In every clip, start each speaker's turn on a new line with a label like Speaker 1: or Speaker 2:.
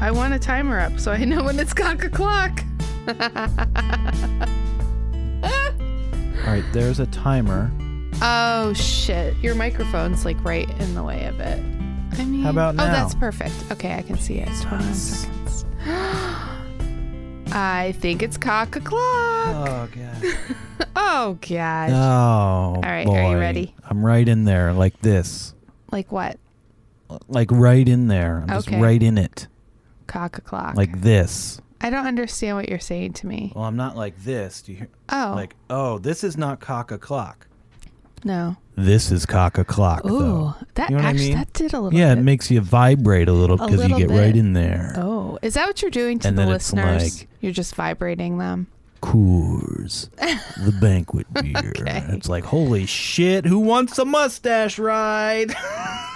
Speaker 1: I want a timer up so I know when it's cock o'clock.
Speaker 2: All right, there's a timer.
Speaker 1: Oh shit! Your microphone's like right in the way of it. I mean,
Speaker 2: about
Speaker 1: Oh, that's
Speaker 2: now?
Speaker 1: perfect. Okay, I can see it. 21 seconds. I think it's cock o'clock.
Speaker 2: Oh god.
Speaker 1: Oh gosh.
Speaker 2: Oh. All
Speaker 1: right,
Speaker 2: boy.
Speaker 1: are you ready?
Speaker 2: I'm right in there, like this,
Speaker 1: like what?
Speaker 2: like right in there. I'm just
Speaker 1: Okay.
Speaker 2: right in it,
Speaker 1: Cock o'clock.
Speaker 2: like this.
Speaker 1: I don't understand what you're saying to me.
Speaker 2: Well, I'm not like this. Do you hear?
Speaker 1: Oh.
Speaker 2: Like, oh, this is not cock o'clock.
Speaker 1: no.
Speaker 2: This is cock o'clock.
Speaker 1: Ooh,
Speaker 2: though.
Speaker 1: that
Speaker 2: You know what I
Speaker 1: actually
Speaker 2: mean?
Speaker 1: that did a little.
Speaker 2: Yeah,
Speaker 1: bit.
Speaker 2: it makes you vibrate a little
Speaker 1: A
Speaker 2: because you
Speaker 1: little
Speaker 2: get
Speaker 1: bit.
Speaker 2: right in there.
Speaker 1: Oh, is that what you're doing to
Speaker 2: And
Speaker 1: the
Speaker 2: then it's
Speaker 1: listeners?
Speaker 2: like-
Speaker 1: you're just vibrating them.
Speaker 2: Coors, the banquet beer.
Speaker 1: Okay.
Speaker 2: It's like, holy shit, who wants a mustache ride?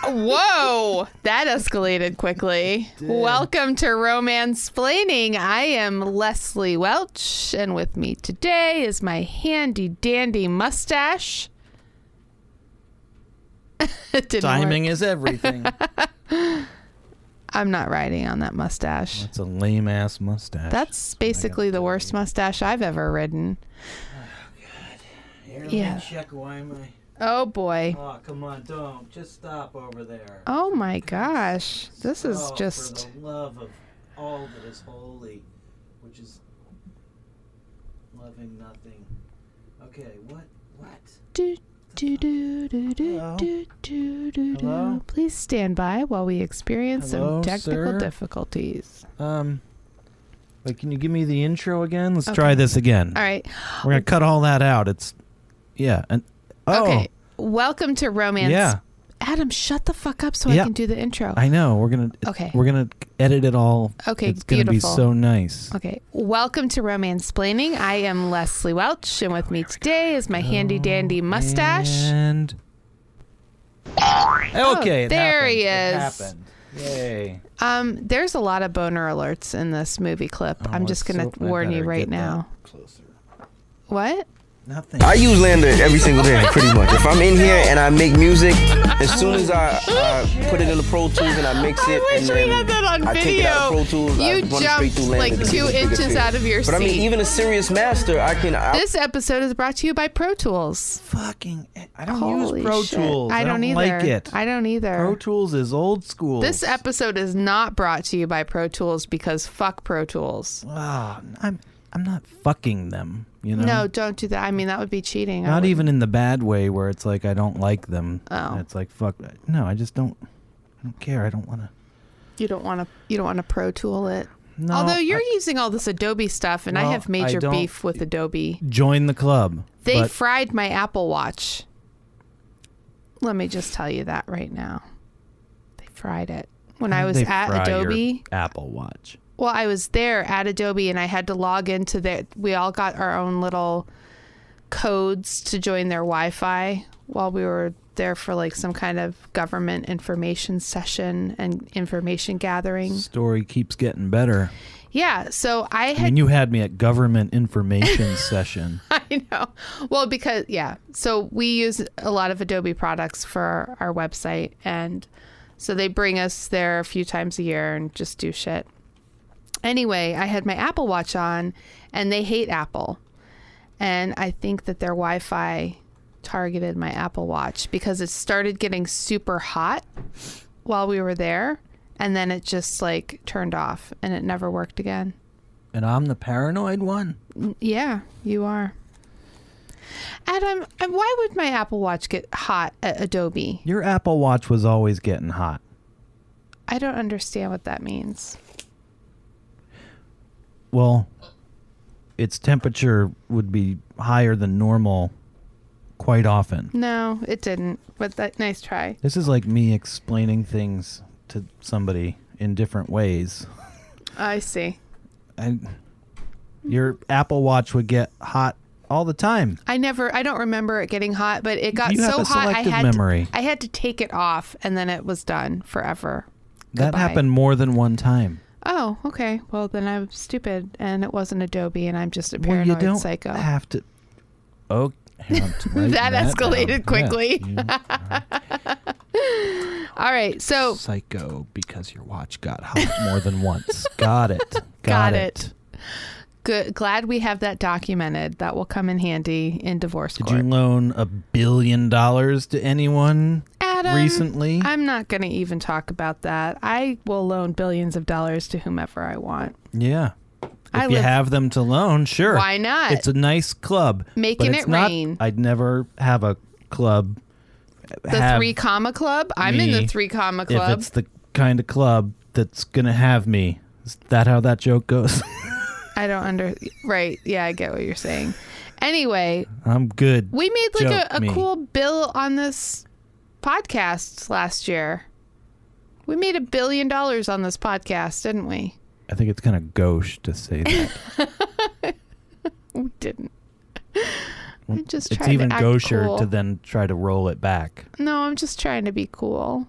Speaker 1: Whoa, that escalated quickly. Welcome to Romance Splaining. I am Leslie Welch, and with me today is my handy dandy mustache. it didn't
Speaker 2: Timing
Speaker 1: work.
Speaker 2: is everything.
Speaker 1: I'm not riding on that mustache.
Speaker 2: That's a lame ass mustache. Oh
Speaker 1: That's basically the worst mustache I've ever ridden.
Speaker 2: Here,
Speaker 1: yeah.
Speaker 2: check why am I.
Speaker 1: Oh boy.
Speaker 2: Oh, come on, don't. Just stop over there.
Speaker 1: Oh my gosh. This is
Speaker 2: Oh,
Speaker 1: just
Speaker 2: For the love of all that is holy, which is loving nothing. Okay, what? What?
Speaker 1: Do, do, do, do, do,
Speaker 2: Hello?
Speaker 1: do, do, do,
Speaker 2: Hello?
Speaker 1: do. Please stand by while we experience
Speaker 2: Hello,
Speaker 1: some technical
Speaker 2: sir?
Speaker 1: difficulties.
Speaker 2: Um. Wait, can you give me the intro again? Let's
Speaker 1: Okay.
Speaker 2: try this again.
Speaker 1: All right.
Speaker 2: We're gonna cut all that out. It's, yeah, and oh,
Speaker 1: Okay. Welcome to Romance.
Speaker 2: yeah,
Speaker 1: Adam, shut the fuck up so I
Speaker 2: Yeah.
Speaker 1: can do the intro.
Speaker 2: I know. We're gonna
Speaker 1: Okay.
Speaker 2: We're gonna edit it all.
Speaker 1: Okay,
Speaker 2: it's gonna
Speaker 1: beautiful.
Speaker 2: be so nice.
Speaker 1: Okay. Welcome to Romance Planning. I am Leslie Welch, and with me today is my handy dandy mustache.
Speaker 2: Oh,
Speaker 1: Oh,
Speaker 2: And okay, it
Speaker 1: there he
Speaker 2: happened. It happened. Yay!
Speaker 1: Um, there's a lot of boner alerts in this movie clip. I'm
Speaker 2: Oh,
Speaker 1: just
Speaker 2: let's
Speaker 1: gonna
Speaker 2: hope I
Speaker 1: warn you
Speaker 2: better
Speaker 1: right
Speaker 2: get that
Speaker 1: now.
Speaker 2: Closer.
Speaker 1: What?
Speaker 2: Nothing.
Speaker 3: I use Landa every single day, pretty much. If I'm in here and I make music, as soon as I, I put it in the Pro Tools and I mix
Speaker 1: I
Speaker 3: it,
Speaker 1: wish
Speaker 3: and
Speaker 1: we
Speaker 3: then
Speaker 1: had that on
Speaker 3: I take it out
Speaker 1: video.
Speaker 3: of Pro Tools. I
Speaker 1: You
Speaker 3: run it straight
Speaker 1: jumped,
Speaker 3: through Landa
Speaker 1: like,
Speaker 3: to get
Speaker 1: two
Speaker 3: the bigger
Speaker 1: inches
Speaker 3: feel.
Speaker 1: out of your
Speaker 3: But I mean,
Speaker 1: seat.
Speaker 3: even a serious master, I can. I,
Speaker 1: This episode is brought to you by Pro Tools.
Speaker 2: fucking. e, I don't
Speaker 1: Holy
Speaker 2: use Pro
Speaker 1: shit.
Speaker 2: Tools.
Speaker 1: I don't, either.
Speaker 2: like it.
Speaker 1: I don't either.
Speaker 2: Pro Tools is old school.
Speaker 1: This episode is not brought to you by Pro Tools because fuck Pro Tools.
Speaker 2: Ah, I'm I'm not fucking them. You know.
Speaker 1: No, don't do that. I mean, that would be cheating. I
Speaker 2: Not
Speaker 1: would-
Speaker 2: even in the bad way where it's like I don't like them.
Speaker 1: Oh.
Speaker 2: It's like fuck. No, I just don't. I don't care. I don't want to.
Speaker 1: You don't want to. You don't want to Pro Tool it.
Speaker 2: No.
Speaker 1: Although you're
Speaker 2: I-
Speaker 1: using all this Adobe stuff, and I
Speaker 2: Well,
Speaker 1: have
Speaker 2: I
Speaker 1: major
Speaker 2: don't-
Speaker 1: beef with Adobe.
Speaker 2: join the club.
Speaker 1: They
Speaker 2: but
Speaker 1: fried my Apple Watch. Let me just tell you that right now. They fried it. When I was
Speaker 2: they
Speaker 1: at
Speaker 2: fry your
Speaker 1: Adobe,
Speaker 2: Apple Watch.
Speaker 1: well, I was there at Adobe and I had to log into their, we all got our own little codes to join their Wi Fi while we were there for like some kind of government information session and information gathering.
Speaker 2: Story keeps getting better.
Speaker 1: Yeah. So I had
Speaker 2: I mean, you had me at government information session.
Speaker 1: I know. Well, because yeah, so we use a lot of Adobe products for our website, and so they bring us there a few times a year and just do shit. Anyway, I had my Apple Watch on, and they hate Apple, and I think that their Wi-Fi targeted my Apple Watch because it started getting super hot while we were there, and then it just like turned off and it never worked again.
Speaker 2: and I'm the paranoid one.
Speaker 1: Yeah, you are. Adam, and why would my Apple Watch get hot at Adobe?
Speaker 2: Your Apple Watch was always getting hot.
Speaker 1: I don't understand what that means.
Speaker 2: Well, its temperature would be higher than normal quite often.
Speaker 1: No, it didn't. But that nice try.
Speaker 2: This is like me explaining things to somebody in different ways.
Speaker 1: I see.
Speaker 2: And your Apple Watch would get hot all the time.
Speaker 1: I never I don't remember it getting hot, but it got
Speaker 2: You have
Speaker 1: so
Speaker 2: a
Speaker 1: hot I
Speaker 2: selective
Speaker 1: had
Speaker 2: memory.
Speaker 1: To, I had to take it off and then it was done forever.
Speaker 2: That
Speaker 1: Goodbye.
Speaker 2: happened more than one time.
Speaker 1: Oh, okay. Well, then I'm stupid and it wasn't Adobe and I'm just a
Speaker 2: Well,
Speaker 1: paranoid
Speaker 2: you don't
Speaker 1: psycho.
Speaker 2: have to. Oh, hang on, I'm writing
Speaker 1: That
Speaker 2: down.
Speaker 1: escalated
Speaker 2: Yeah,
Speaker 1: quickly.
Speaker 2: you-
Speaker 1: All All right. So
Speaker 2: Psycho because your watch got hot more than once. Got it. Got,
Speaker 1: Got it. good. Glad we have that documented. That will come in handy in divorce
Speaker 2: Did
Speaker 1: court.
Speaker 2: you loan a billion dollars to anyone
Speaker 1: Adam,
Speaker 2: recently?
Speaker 1: I'm not going to even talk about that. I will loan billions of dollars to whomever I want.
Speaker 2: yeah. If
Speaker 1: I
Speaker 2: you
Speaker 1: live-
Speaker 2: have them to loan, sure.
Speaker 1: Why not?
Speaker 2: It's a nice club.
Speaker 1: Making
Speaker 2: but it's
Speaker 1: it
Speaker 2: not-
Speaker 1: rain.
Speaker 2: I'd never have a club.
Speaker 1: The three comma club. I'm in the
Speaker 2: me
Speaker 1: three comma
Speaker 2: if
Speaker 1: club.
Speaker 2: it's the kind of club that's gonna have me. Is that how that joke goes?
Speaker 1: I don't under. Right. Yeah, I get what you're saying. Anyway,
Speaker 2: I'm good.
Speaker 1: we made like
Speaker 2: Joke
Speaker 1: a,
Speaker 2: me.
Speaker 1: a cool bill on this podcast last year. We made a billion dollars on this podcast, didn't we?
Speaker 2: I think it's kind of gauche to say that.
Speaker 1: We didn't. I just
Speaker 2: it's
Speaker 1: tried
Speaker 2: even
Speaker 1: to act
Speaker 2: gaucher
Speaker 1: cool.
Speaker 2: to then try to roll it back.
Speaker 1: No, I'm just trying to be cool.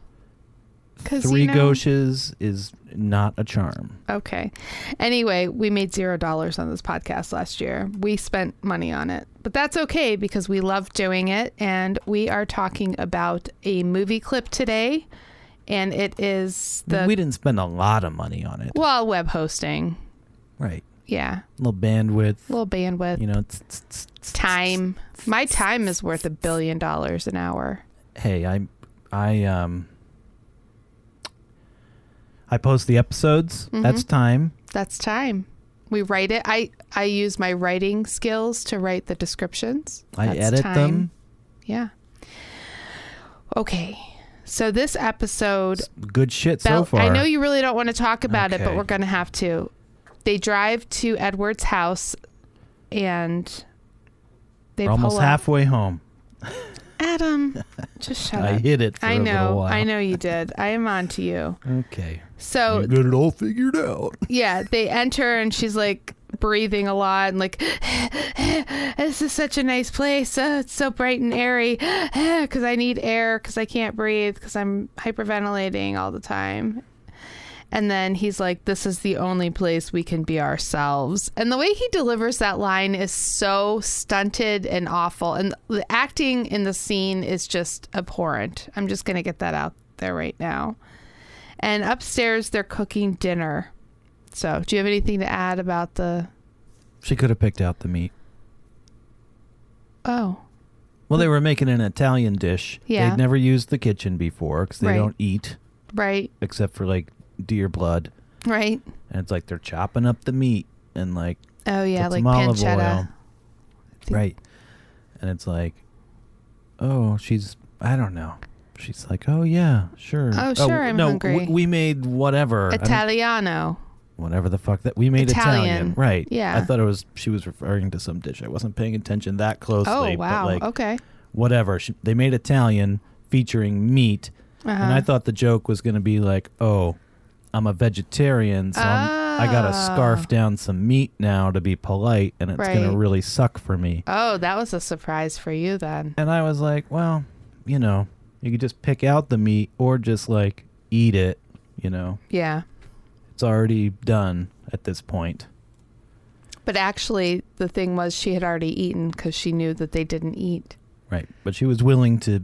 Speaker 1: Cause
Speaker 2: Three
Speaker 1: you know,
Speaker 2: gauches is not a charm.
Speaker 1: Okay. Anyway, we made zero dollars on this podcast last year. We spent money on it, but that's okay because we love doing it. And we are talking about a movie clip today, and it is the
Speaker 2: we didn't spend a lot of money on it,
Speaker 1: well web hosting.
Speaker 2: right?
Speaker 1: Yeah,
Speaker 2: A little bandwidth,
Speaker 1: little bandwidth,
Speaker 2: you know. It's, it's, it's, it's-
Speaker 1: time. My time is worth a billion dollars an hour.
Speaker 2: hey, I, I um, I post the episodes.
Speaker 1: Mm-hmm.
Speaker 2: That's time.
Speaker 1: That's time. We write it. I I use my writing skills to write the descriptions.
Speaker 2: I
Speaker 1: That's
Speaker 2: edit
Speaker 1: time.
Speaker 2: them.
Speaker 1: Yeah. Okay. So this episode,
Speaker 2: Good shit so
Speaker 1: Bel-
Speaker 2: far.
Speaker 1: I know you really don't want to talk about it, but
Speaker 2: Okay.
Speaker 1: we're going to have to. They drive to Edward's house, and they
Speaker 2: We're
Speaker 1: pull
Speaker 2: almost
Speaker 1: up.
Speaker 2: halfway home.
Speaker 1: Adam, just shut
Speaker 2: I
Speaker 1: up.
Speaker 2: hit it. For
Speaker 1: I
Speaker 2: a little
Speaker 1: know.
Speaker 2: while.
Speaker 1: I know you did. I am on to you.
Speaker 2: Okay.
Speaker 1: So
Speaker 2: You got it all figured out.
Speaker 1: yeah, they enter and she's like breathing a lot and like, this is such a nice place. Oh, it's so bright and airy because I need air because I can't breathe because I'm hyperventilating all the time. And then he's like, this is the only place we can be ourselves. And the way he delivers that line is so stunted and awful. And the acting in the scene is just abhorrent. I'm just going to get that out there right now. And upstairs, they're cooking dinner. So, do you have anything to add about the?
Speaker 2: She could have picked out the meat.
Speaker 1: Oh,
Speaker 2: Well, they were making an Italian dish.
Speaker 1: Yeah.
Speaker 2: They'd never used the kitchen before because they
Speaker 1: Right.
Speaker 2: don't eat
Speaker 1: right,
Speaker 2: except for like deer blood.
Speaker 1: right.
Speaker 2: And it's like they're chopping up the meat and like
Speaker 1: Oh yeah,
Speaker 2: put
Speaker 1: like
Speaker 2: some olive
Speaker 1: pancetta.
Speaker 2: oil. Right. And it's like, oh, she's, I don't know. She's like, oh, yeah, sure.
Speaker 1: Oh, sure, I'm
Speaker 2: no,
Speaker 1: hungry.
Speaker 2: We, we made whatever. I don't-
Speaker 1: Italiano.
Speaker 2: whatever the fuck that we made
Speaker 1: Italian.
Speaker 2: Italian, right?
Speaker 1: Yeah.
Speaker 2: I thought it was she was referring to some dish. I wasn't paying attention that closely.
Speaker 1: Oh
Speaker 2: but,
Speaker 1: wow.
Speaker 2: like,
Speaker 1: okay.
Speaker 2: Whatever she, they made Italian featuring meat,
Speaker 1: Uh-huh.
Speaker 2: and I
Speaker 1: Um,
Speaker 2: thought the joke was going to be like, "Oh, I'm a vegetarian, so I'm, I gotta scarf down some meat now to be polite, and it's
Speaker 1: Ah. Right.
Speaker 2: gonna really suck for me."
Speaker 1: Oh, that was a surprise for you then.
Speaker 2: And I was like, "Well, you know, you could just pick out the meat or just like eat it. You know,
Speaker 1: Yeah,
Speaker 2: it's already done at this point."
Speaker 1: but actually, the thing was she had already eaten because she knew that they didn't eat.
Speaker 2: Right, but she was willing to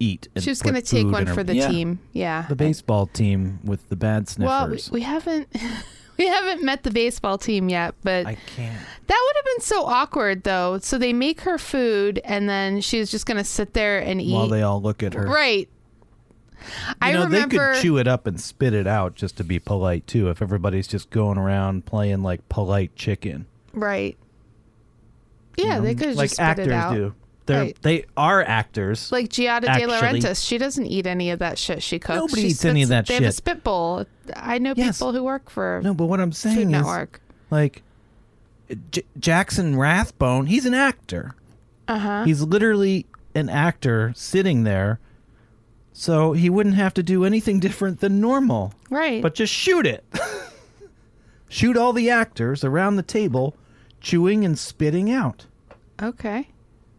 Speaker 2: eat. And
Speaker 1: She was
Speaker 2: put
Speaker 1: going to take
Speaker 2: food
Speaker 1: one
Speaker 2: in her-
Speaker 1: for the
Speaker 2: Yeah,
Speaker 1: team. Yeah.
Speaker 2: the baseball team with the bad sniffers.
Speaker 1: well, we, we haven't we haven't met the baseball team yet, but
Speaker 2: I can't.
Speaker 1: That would have been so awkward, though. So they make her food, and then she's just gonna sit there and eat.
Speaker 2: While they all look at her,
Speaker 1: right. I
Speaker 2: You know,
Speaker 1: remember.
Speaker 2: they could chew it up and spit it out just to be polite too. If everybody's just going around playing like polite chicken,
Speaker 1: Right. Yeah, they could have
Speaker 2: like
Speaker 1: just spit
Speaker 2: actors
Speaker 1: it out.
Speaker 2: do. They're
Speaker 1: Right.
Speaker 2: they are actors.
Speaker 1: Like Giada De
Speaker 2: Actually-
Speaker 1: Laurentiis, she doesn't eat any of that shit she cooks.
Speaker 2: Nobody
Speaker 1: She
Speaker 2: eats any of that
Speaker 1: They have a
Speaker 2: shit.
Speaker 1: spit bowl. I know
Speaker 2: Yes.
Speaker 1: people who work for
Speaker 2: no, but what I'm
Speaker 1: Food
Speaker 2: saying is
Speaker 1: Network.
Speaker 2: like J- Jackson Rathbone, he's an actor. Uh-huh. He's literally an actor sitting there. So he wouldn't have to do anything different than normal.
Speaker 1: Right.
Speaker 2: But just shoot it. shoot all the actors around the table chewing and spitting out.
Speaker 1: okay.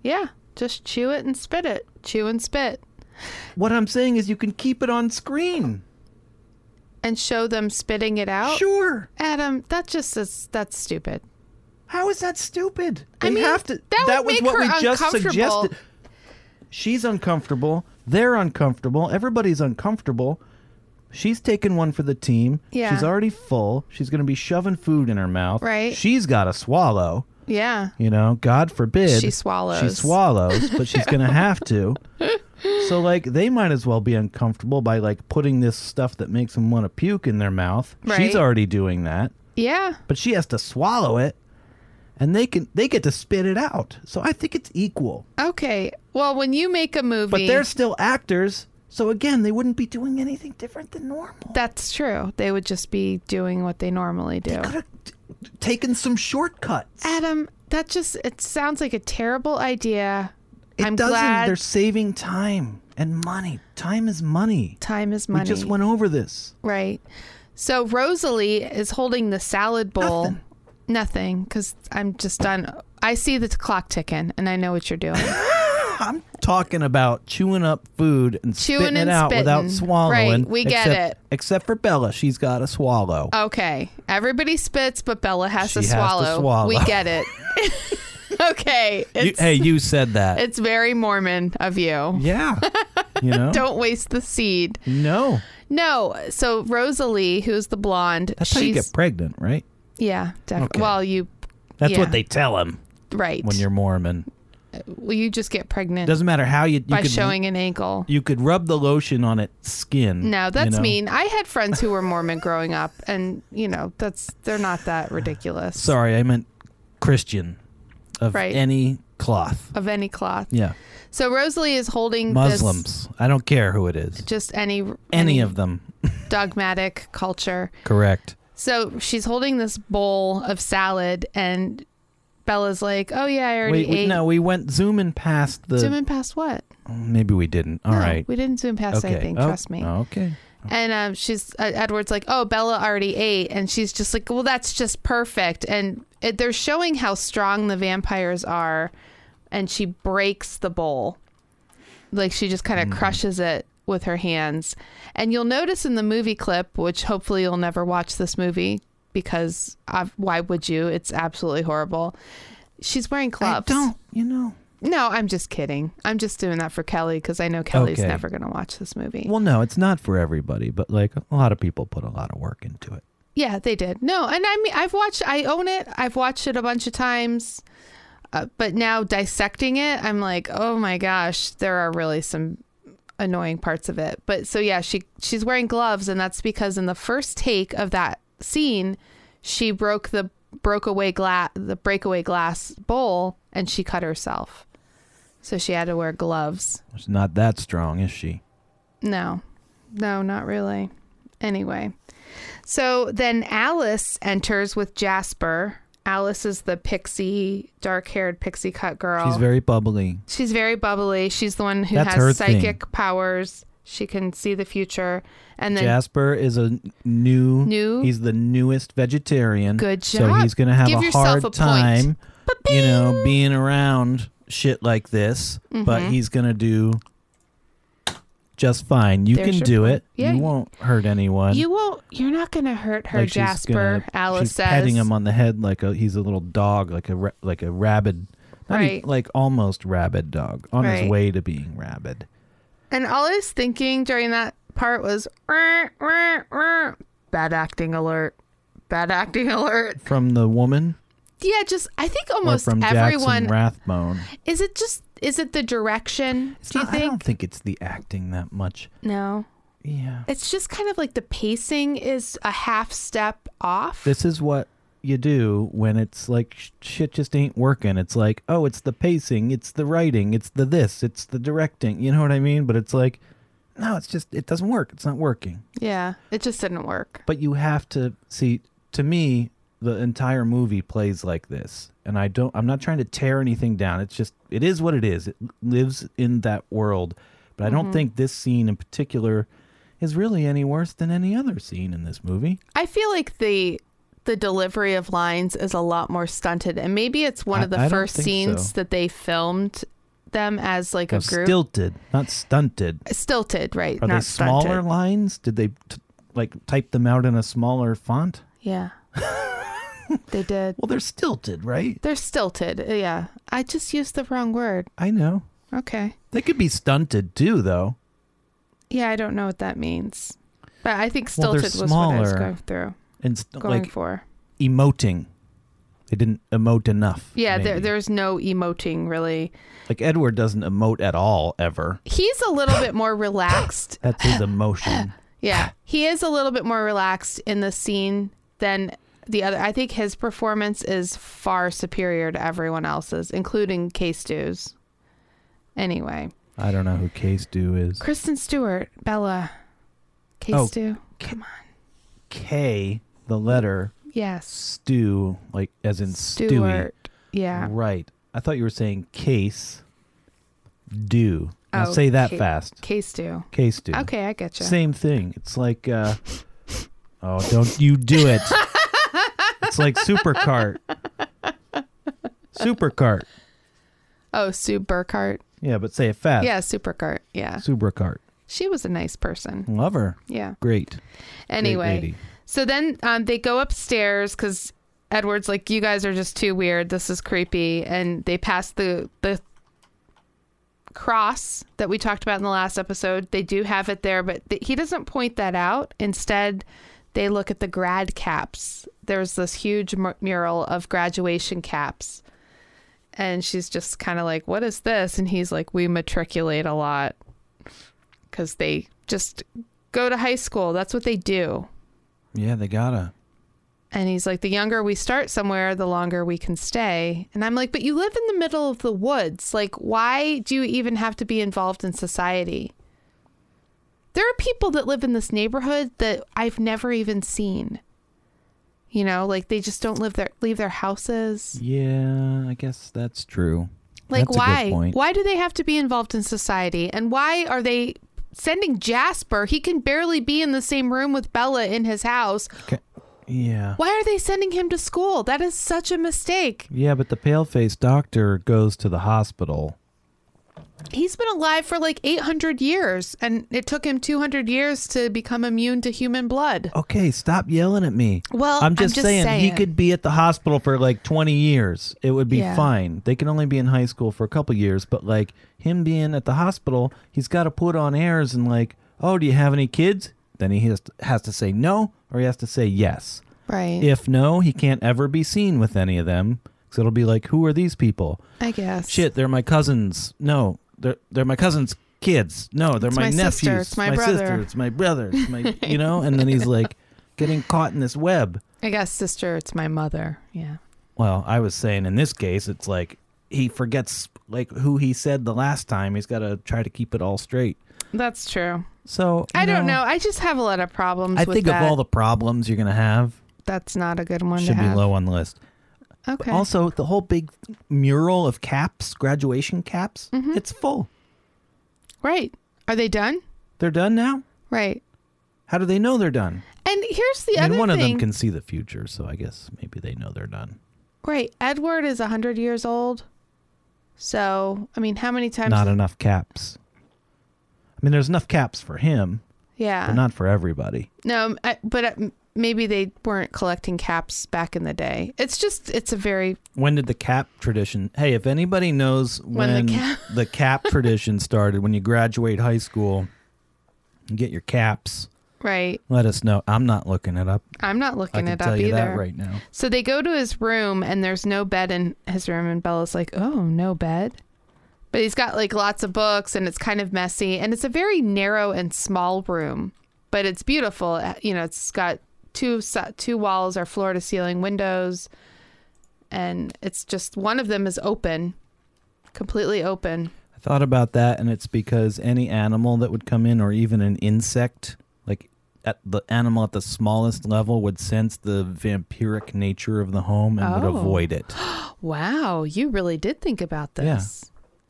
Speaker 1: Yeah, just chew it and spit it. Chew and spit,
Speaker 2: What I'm saying is you can keep it on screen.
Speaker 1: and show them spitting it out.
Speaker 2: Sure.
Speaker 1: Adam, that just is that's stupid.
Speaker 2: How is that stupid?
Speaker 1: I
Speaker 2: They
Speaker 1: mean,
Speaker 2: have to
Speaker 1: that would
Speaker 2: was
Speaker 1: make
Speaker 2: what
Speaker 1: her
Speaker 2: we just
Speaker 1: uncomfortable.
Speaker 2: suggested. She's uncomfortable. They're uncomfortable. Everybody's uncomfortable. She's taking one for the team.
Speaker 1: Yeah.
Speaker 2: She's already full. She's going to be shoving food in her mouth.
Speaker 1: Right.
Speaker 2: She's got to swallow.
Speaker 1: Yeah.
Speaker 2: You know, God forbid
Speaker 1: She swallows.
Speaker 2: She swallows, but she's gonna have to. So like, they might as well be uncomfortable by like putting this stuff that makes them want to puke in their mouth.
Speaker 1: Right.
Speaker 2: She's already doing that,
Speaker 1: Yeah.
Speaker 2: but she has to swallow it, and they can they get to spit it out. So I think it's equal.
Speaker 1: Okay. Well, when you make a movie,
Speaker 2: But they're still actors, so again, they wouldn't be doing anything different than normal.
Speaker 1: that's true. They would just be doing what they normally do.
Speaker 2: Could have taken some shortcuts.
Speaker 1: Adam, that just it sounds like a terrible idea.
Speaker 2: It
Speaker 1: I'm
Speaker 2: doesn't.
Speaker 1: glad
Speaker 2: They're saving time and money. Time is money.
Speaker 1: time is money.
Speaker 2: We just went over this.
Speaker 1: Right. So Rosalie is holding the salad bowl.
Speaker 2: Nothing.
Speaker 1: Nothing, because I'm just done. I see the clock ticking, and I know what you're doing.
Speaker 2: I'm talking about chewing up food and
Speaker 1: Chewing
Speaker 2: spitting it
Speaker 1: and
Speaker 2: out without
Speaker 1: spitting.
Speaker 2: swallowing.
Speaker 1: Right, we get
Speaker 2: except,
Speaker 1: it. Oh,
Speaker 2: Except for Bella, she's got to swallow.
Speaker 1: Okay. Everybody spits, but Bella has,
Speaker 2: She
Speaker 1: to,
Speaker 2: has to
Speaker 1: swallow.
Speaker 2: swallow.
Speaker 1: We get it. okay. It's,
Speaker 2: You- hey, you said that.
Speaker 1: it's very Mormon of you.
Speaker 2: yeah. You know?
Speaker 1: Don't waste the seed.
Speaker 2: No.
Speaker 1: No. So Rosalie, who's the blonde,
Speaker 2: That's how you
Speaker 1: she's
Speaker 2: get pregnant, right?
Speaker 1: yeah, definitely.
Speaker 2: Okay.
Speaker 1: Well, you
Speaker 2: That's
Speaker 1: Yeah.
Speaker 2: what they tell him
Speaker 1: right
Speaker 2: when you're Mormon.
Speaker 1: well, you just get pregnant
Speaker 2: Doesn't matter how you you
Speaker 1: by
Speaker 2: could,
Speaker 1: showing an ankle.
Speaker 2: You could rub the lotion on its skin.
Speaker 1: No,
Speaker 2: you
Speaker 1: that's
Speaker 2: know?
Speaker 1: mean. I had friends who were Mormon growing up, and you know, that's they're not that ridiculous
Speaker 2: Sorry, I meant Christian of
Speaker 1: Right.
Speaker 2: any cloth.
Speaker 1: of any cloth.
Speaker 2: Yeah.
Speaker 1: So Rosalie is holding this,
Speaker 2: Muslims. I don't care who it is.
Speaker 1: just any
Speaker 2: Any of them.
Speaker 1: dogmatic culture.
Speaker 2: Correct.
Speaker 1: So she's holding this bowl of salad, and Bella's like, "Oh yeah, I already
Speaker 2: Wait, we,
Speaker 1: ate."
Speaker 2: no, we went zooming past the. oh,
Speaker 1: zoom in past what?
Speaker 2: Maybe we didn't. All
Speaker 1: no,
Speaker 2: right.
Speaker 1: we didn't zoom past
Speaker 2: okay.
Speaker 1: anything.
Speaker 2: Oh,
Speaker 1: trust me.
Speaker 2: Okay.
Speaker 1: And um, she's uh, Edward's like, "Oh, Bella already ate," and she's just like, "Well, that's just perfect." And it, they're showing how strong the vampires are, and she breaks the bowl, like she just
Speaker 2: Mm.
Speaker 1: kind of crushes it with her hands. And you'll notice in the movie clip, which hopefully you'll never watch this movie because uh, why would you? It's absolutely horrible. She's wearing
Speaker 2: I
Speaker 1: gloves.
Speaker 2: don't. You know.
Speaker 1: No, I'm just kidding. I'm just doing that for Kelly because I know Kelly's
Speaker 2: Okay.
Speaker 1: never going to watch this movie.
Speaker 2: Well, no, it's not for everybody, but like a lot of people put a lot of work into it.
Speaker 1: Yeah, they did. No, and I mean, I've watched, I own it. I've watched it a bunch of times. Uh, but now dissecting it, I'm like, oh my gosh, there are really some annoying parts of it. But so yeah, she she's wearing gloves, and that's because in the first take of that scene, she broke the broke away glass the breakaway glass bowl, and she cut herself. So she had to wear gloves.
Speaker 2: She's not that strong, is she?
Speaker 1: No, no, not really. Anyway, so then Alice enters with Jasper. Alice is the pixie, dark haired pixie cut girl.
Speaker 2: She's very bubbly.
Speaker 1: She's very bubbly. She's the one who
Speaker 2: That's her
Speaker 1: has psychic powers. She can see the future. And then
Speaker 2: Jasper is a n- new,
Speaker 1: New?
Speaker 2: He's the newest vegetarian.
Speaker 1: Good
Speaker 2: So
Speaker 1: job.
Speaker 2: he's gonna have
Speaker 1: Give
Speaker 2: a
Speaker 1: yourself
Speaker 2: hard
Speaker 1: a point.
Speaker 2: time, you know, being around shit like this. But
Speaker 1: Mm-hmm.
Speaker 2: he's gonna do just fine. You
Speaker 1: There's
Speaker 2: can
Speaker 1: your
Speaker 2: do
Speaker 1: point.
Speaker 2: it.
Speaker 1: Yeah.
Speaker 2: You won't hurt anyone.
Speaker 1: you won't, you're not going to hurt her,
Speaker 2: Like she's
Speaker 1: Jasper,
Speaker 2: gonna-
Speaker 1: Alice
Speaker 2: she's
Speaker 1: says.
Speaker 2: petting him on the head like a, he's a little dog, like a ra- like a rabid, not even-
Speaker 1: Right.
Speaker 2: like almost rabid dog on
Speaker 1: Right.
Speaker 2: his way to being rabid.
Speaker 1: And all I was thinking during that part was "Rrr, rrr, rrr." bad acting alert. Bad acting alert.
Speaker 2: From the woman
Speaker 1: Yeah, just I think
Speaker 2: or
Speaker 1: almost
Speaker 2: from
Speaker 1: everyone
Speaker 2: Jackson Rathbone?
Speaker 1: Is it just is it the direction?
Speaker 2: It's
Speaker 1: do you
Speaker 2: not- I
Speaker 1: think?
Speaker 2: don't think it's the acting that much.
Speaker 1: No.
Speaker 2: Yeah,
Speaker 1: It's just kind of like the pacing is a half step off.
Speaker 2: this is what you do when it's like sh- shit just ain't working. It's like oh, it's the pacing, it's the writing, it's the this, it's the directing. You know what I mean? But it's like no, it's just it doesn't work. It's not working.
Speaker 1: yeah, it just didn't work.
Speaker 2: but you have to see to me the entire movie plays like this and i don't i'm not trying to tear anything down it's just it is what it is it lives in that world but i don't think this scene in particular is really any worse than any other scene in this movie
Speaker 1: I feel like the the delivery of lines is a lot more stunted and maybe it's one
Speaker 2: I-
Speaker 1: of the
Speaker 2: I don't
Speaker 1: first
Speaker 2: think
Speaker 1: scenes
Speaker 2: so.
Speaker 1: that they filmed them as like
Speaker 2: Well,
Speaker 1: a group.
Speaker 2: stilted not stunted
Speaker 1: Stilted, right?
Speaker 2: are
Speaker 1: not
Speaker 2: they smaller
Speaker 1: stunted.
Speaker 2: lines did they t- like type them out in a smaller font
Speaker 1: Yeah. they did.
Speaker 2: well they're stilted right
Speaker 1: They're stilted. Yeah. I just used the wrong word.
Speaker 2: i know
Speaker 1: Okay.
Speaker 2: They could be stunted too, though.
Speaker 1: Yeah, I don't know what that means, but I think
Speaker 2: Well, they're
Speaker 1: stilted was what I was
Speaker 2: smaller.
Speaker 1: going through,
Speaker 2: And st-
Speaker 1: going
Speaker 2: like
Speaker 1: for.
Speaker 2: emoting. They didn't emote enough.
Speaker 1: Yeah, there,
Speaker 2: maybe.
Speaker 1: there's no emoting really.
Speaker 2: like Edward doesn't emote at all ever.
Speaker 1: He's a little bit more relaxed
Speaker 2: That's his emotion.
Speaker 1: Yeah, he is a little bit more relaxed in the scene than the other. I think his performance is far superior to everyone else's, including Case Stews. Anyway,
Speaker 2: I don't know who Case Do is.
Speaker 1: Kristen Stewart, Bella, Case
Speaker 2: Oh.
Speaker 1: Stew. Come on,
Speaker 2: K, the letter
Speaker 1: yes,
Speaker 2: Stew, like as in Stewie.
Speaker 1: Stewart. Yeah,
Speaker 2: Right. I thought you were saying Case Do. Now
Speaker 1: Oh,
Speaker 2: say that
Speaker 1: Ca-
Speaker 2: fast.
Speaker 1: Case Stew.
Speaker 2: Case Do.
Speaker 1: Okay, I get you.
Speaker 2: Same thing. It's like, uh, oh, don't you do it. it's like Supercart. Supercart.
Speaker 1: Oh, Sue Burkhart.
Speaker 2: Yeah, but say it fast.
Speaker 1: Yeah, Supercart. Yeah,
Speaker 2: Supercart.
Speaker 1: she was a nice person.
Speaker 2: Love her.
Speaker 1: Yeah.
Speaker 2: Great.
Speaker 1: Anyway,
Speaker 2: lady.
Speaker 1: so then um, they go upstairs because Edward's like, "You guys are just too weird. This is creepy." And they pass the the cross that we talked about in the last episode. They do have it there, but th- he doesn't point that out. Instead, they look at the grad caps. There's this huge mu- mural of graduation caps. And she's just kind of like, "What is this?" And he's like, "We matriculate a lot because they just go to high school. That's what they do."
Speaker 2: Yeah, they gotta.
Speaker 1: And he's like, the younger we start somewhere, the longer we can stay. And I'm like, but you live in the middle of the woods. Like, why do you even have to be involved in society? There are people that live in this neighborhood that I've never even seen. You know, like they just don't live their leave their houses.
Speaker 2: Yeah, I guess that's true.
Speaker 1: Like
Speaker 2: That's a good
Speaker 1: why?
Speaker 2: point.
Speaker 1: Why do they have to be involved in society? And why are they sending Jasper? He can barely be in the same room with Bella in his house.
Speaker 2: Okay. Yeah.
Speaker 1: Why are they sending him to school? That is such a mistake.
Speaker 2: Yeah, but the pale faced doctor goes to the hospital.
Speaker 1: He's been alive for like 800 years, and it took him 200 years to become immune to human blood.
Speaker 2: Okay, stop yelling at me.
Speaker 1: Well,
Speaker 2: I'm just, saying, he could be at the hospital for like 20 years. It would be
Speaker 1: Yeah.
Speaker 2: fine. They can only be in high school for a couple years, but like him being at the hospital, he's got to put on airs and like, oh, do you have any kids? Then he has to, has to say no or he has to say yes.
Speaker 1: Right.
Speaker 2: If no, he can't ever be seen with any of them. So it'll be like, who are these people?
Speaker 1: I guess.
Speaker 2: Shit, they're my cousins. No, they're they're my cousins' kids. No, they're
Speaker 1: It's
Speaker 2: my,
Speaker 1: my sister.
Speaker 2: nephews.
Speaker 1: It's my brother.
Speaker 2: sister. It's my brother. It's my you know. And then he's like getting caught in this web.
Speaker 1: I guess, sister, it's my mother. Yeah.
Speaker 2: Well, I was saying in this case, it's like he forgets like who he said the last time. He's got to try to keep it all straight.
Speaker 1: That's true.
Speaker 2: So
Speaker 1: I
Speaker 2: you
Speaker 1: don't know. I just have a lot of problems
Speaker 2: I
Speaker 1: with
Speaker 2: think
Speaker 1: that.
Speaker 2: of all the problems you're gonna have,
Speaker 1: That's not a good one to
Speaker 2: should be
Speaker 1: have.
Speaker 2: low on the list.
Speaker 1: Okay.
Speaker 2: Also, the whole big mural of caps, graduation caps,
Speaker 1: Mm-hmm.
Speaker 2: it's full.
Speaker 1: right. Are they done?
Speaker 2: They're done now.
Speaker 1: Right.
Speaker 2: How do they know they're done?
Speaker 1: And here's the
Speaker 2: and
Speaker 1: other
Speaker 2: one
Speaker 1: thing.
Speaker 2: of them can see the future, so I guess maybe they know they're done.
Speaker 1: Right. Edward is 100 years old. So, I mean, how many times?
Speaker 2: not enough caps. I mean, there's enough caps for him,
Speaker 1: yeah.
Speaker 2: but not for everybody.
Speaker 1: No, I, but uh, m- maybe they weren't collecting caps back in the day. It's just, it's a very
Speaker 2: When did the cap tradition? Hey, if anybody knows when,
Speaker 1: When the cap-
Speaker 2: the cap tradition started, when you graduate high school and get your caps,
Speaker 1: right.
Speaker 2: let us know. I'm not looking it up.
Speaker 1: I'm not
Speaker 2: I
Speaker 1: looking
Speaker 2: can
Speaker 1: it
Speaker 2: tell
Speaker 1: up
Speaker 2: you
Speaker 1: either.
Speaker 2: that right now.
Speaker 1: So they go to his room, and there's no bed in his room, and Bella's like, "Oh, no bed." But he's got like lots of books, and it's kind of messy, and it's a very narrow and small room, but it's beautiful. Uh, You know, it's got two si- two walls are floor to ceiling windows, and it's just one of them is open, completely open.
Speaker 2: I thought about that, and it's because any animal that would come in, or even an insect, like at the animal at the smallest level, would sense the vampiric nature of the home and would
Speaker 1: Oh.
Speaker 2: avoid it.
Speaker 1: Wow, you really did think about
Speaker 2: Yeah.
Speaker 1: this.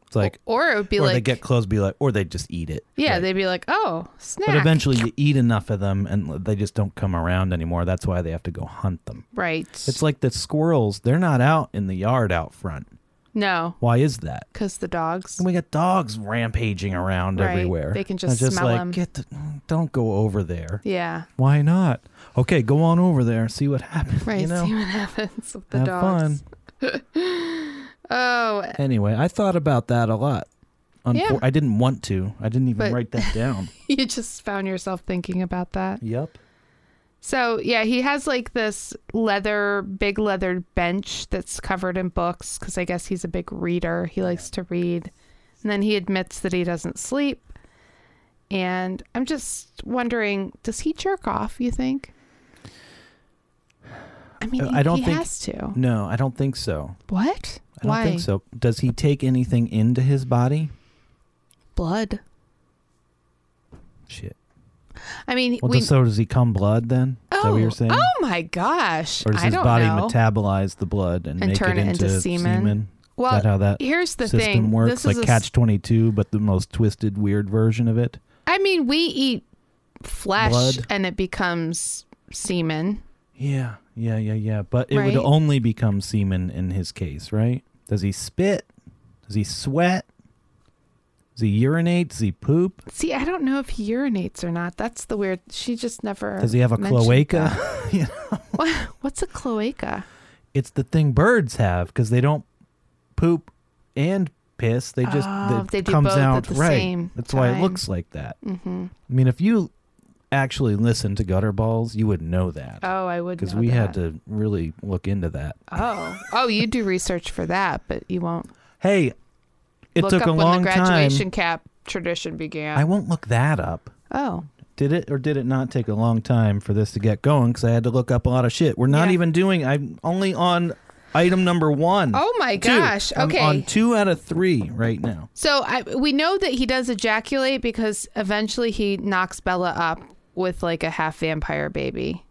Speaker 2: It's like,
Speaker 1: or it would be
Speaker 2: or
Speaker 1: like,
Speaker 2: they get close, be like, or they just eat it.
Speaker 1: yeah,
Speaker 2: Like,
Speaker 1: they'd be like, "Oh, snack."
Speaker 2: But eventually, you eat enough of them, and they just don't come around anymore. That's why they have to go hunt them.
Speaker 1: right?
Speaker 2: It's like the squirrels; they're not out in the yard out front.
Speaker 1: no,
Speaker 2: Why is that?
Speaker 1: because the dogs.
Speaker 2: And we got dogs rampaging around
Speaker 1: Right.
Speaker 2: everywhere.
Speaker 1: They can
Speaker 2: And
Speaker 1: just
Speaker 2: just
Speaker 1: smell
Speaker 2: like,
Speaker 1: 'em.
Speaker 2: Get the, don't go over there.
Speaker 1: Yeah.
Speaker 2: Why not? Okay, go on over there and see what happens.
Speaker 1: Right.
Speaker 2: You know,
Speaker 1: see what happens with the
Speaker 2: have
Speaker 1: dogs.
Speaker 2: fun.
Speaker 1: Oh,
Speaker 2: Anyway, I thought about that a lot. Unfor-
Speaker 1: Yeah.
Speaker 2: I didn't want to. I didn't even
Speaker 1: But-
Speaker 2: write that down.
Speaker 1: You just found yourself thinking about that.
Speaker 2: yep.
Speaker 1: So yeah, he has like this leather, big leather bench that's covered in books because I guess he's a big reader. He likes to read, and then he admits that he doesn't sleep. And I'm just wondering, does he jerk off? You think? I mean,
Speaker 2: Uh, I don't
Speaker 1: he
Speaker 2: think-
Speaker 1: has to.
Speaker 2: No, I don't think so.
Speaker 1: What?
Speaker 2: I
Speaker 1: Why?
Speaker 2: don't think so. Does he take anything into his body?
Speaker 1: Blood.
Speaker 2: Shit.
Speaker 1: I mean,
Speaker 2: Well,
Speaker 1: we.
Speaker 2: does- so does he cum blood then? Is that what you're saying?
Speaker 1: oh my gosh!
Speaker 2: or does
Speaker 1: I
Speaker 2: his
Speaker 1: don't
Speaker 2: body
Speaker 1: know.
Speaker 2: metabolize the blood and,
Speaker 1: And
Speaker 2: make
Speaker 1: turn
Speaker 2: it
Speaker 1: it into semen?
Speaker 2: is
Speaker 1: well,
Speaker 2: that how that
Speaker 1: here's the
Speaker 2: system
Speaker 1: thing.
Speaker 2: works?
Speaker 1: This
Speaker 2: like
Speaker 1: is a
Speaker 2: catch twenty two, but the most twisted, weird version of it.
Speaker 1: I mean, we eat flesh
Speaker 2: Blood.
Speaker 1: and it becomes semen.
Speaker 2: Yeah, yeah, yeah, yeah. But it
Speaker 1: Right?
Speaker 2: would only become semen in his case, right? Does he spit? Does he sweat? Does he urinate? Does he poop?
Speaker 1: See, I don't know if he urinates or not. That's the weird. She just never.
Speaker 2: Does he have a
Speaker 1: mentioned
Speaker 2: cloaca?
Speaker 1: that.
Speaker 2: You
Speaker 1: What- What's a cloaca?
Speaker 2: it's the thing birds have because they don't poop and piss. They just
Speaker 1: Oh,
Speaker 2: it
Speaker 1: they do
Speaker 2: comes
Speaker 1: both at
Speaker 2: out
Speaker 1: the
Speaker 2: right.
Speaker 1: same
Speaker 2: That's why it
Speaker 1: time.
Speaker 2: looks like that.
Speaker 1: Mm-hmm.
Speaker 2: I mean, if you actually listened to Gutter Balls, you would know that
Speaker 1: Oh, I would.
Speaker 2: because
Speaker 1: Because
Speaker 2: we had to really look into that.
Speaker 1: Oh, oh, you do research for that, but you won't
Speaker 2: Hey, it
Speaker 1: look
Speaker 2: took
Speaker 1: up
Speaker 2: a long
Speaker 1: when the graduation
Speaker 2: time.
Speaker 1: cap tradition began.
Speaker 2: I won't look that up.
Speaker 1: oh,
Speaker 2: Did it or did it not take a long time for this to get going? Because I had to look up a lot of shit. We're not
Speaker 1: Yeah.
Speaker 2: even doing. I'm only on item number one.
Speaker 1: oh my
Speaker 2: Two.
Speaker 1: gosh.
Speaker 2: Mm. I'm
Speaker 1: Okay.
Speaker 2: on two out of three right now.
Speaker 1: So I, we know that he does ejaculate because eventually he knocks Bella up with like a half vampire baby.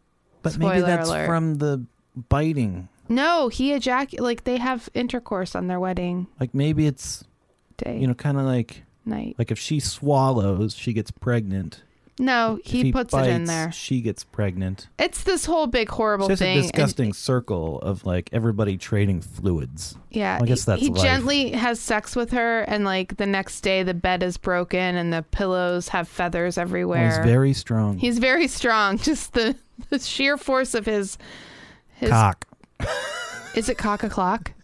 Speaker 2: But maybe
Speaker 1: Spoiler
Speaker 2: that's
Speaker 1: alert.
Speaker 2: from the biting.
Speaker 1: No, he ejac like they have intercourse on their wedding
Speaker 2: Like maybe it's
Speaker 1: day
Speaker 2: you know kind of like
Speaker 1: night.
Speaker 2: like if she swallows, she gets pregnant.
Speaker 1: No,
Speaker 2: If
Speaker 1: he, puts it in
Speaker 2: bites,
Speaker 1: there.
Speaker 2: She gets pregnant.
Speaker 1: It's this whole big horrible
Speaker 2: It's just
Speaker 1: thing.
Speaker 2: a
Speaker 1: and-
Speaker 2: disgusting circle of like everybody trading fluids.
Speaker 1: yeah,
Speaker 2: I guess
Speaker 1: he-
Speaker 2: that's
Speaker 1: he
Speaker 2: life.
Speaker 1: gently has sex with her, and like the next day, the bed is broken and the pillows have feathers
Speaker 2: Well,
Speaker 1: everywhere.
Speaker 2: he's very strong.
Speaker 1: He's very strong. Just the, the sheer force of his his
Speaker 2: cock.
Speaker 1: is it cock o'clock?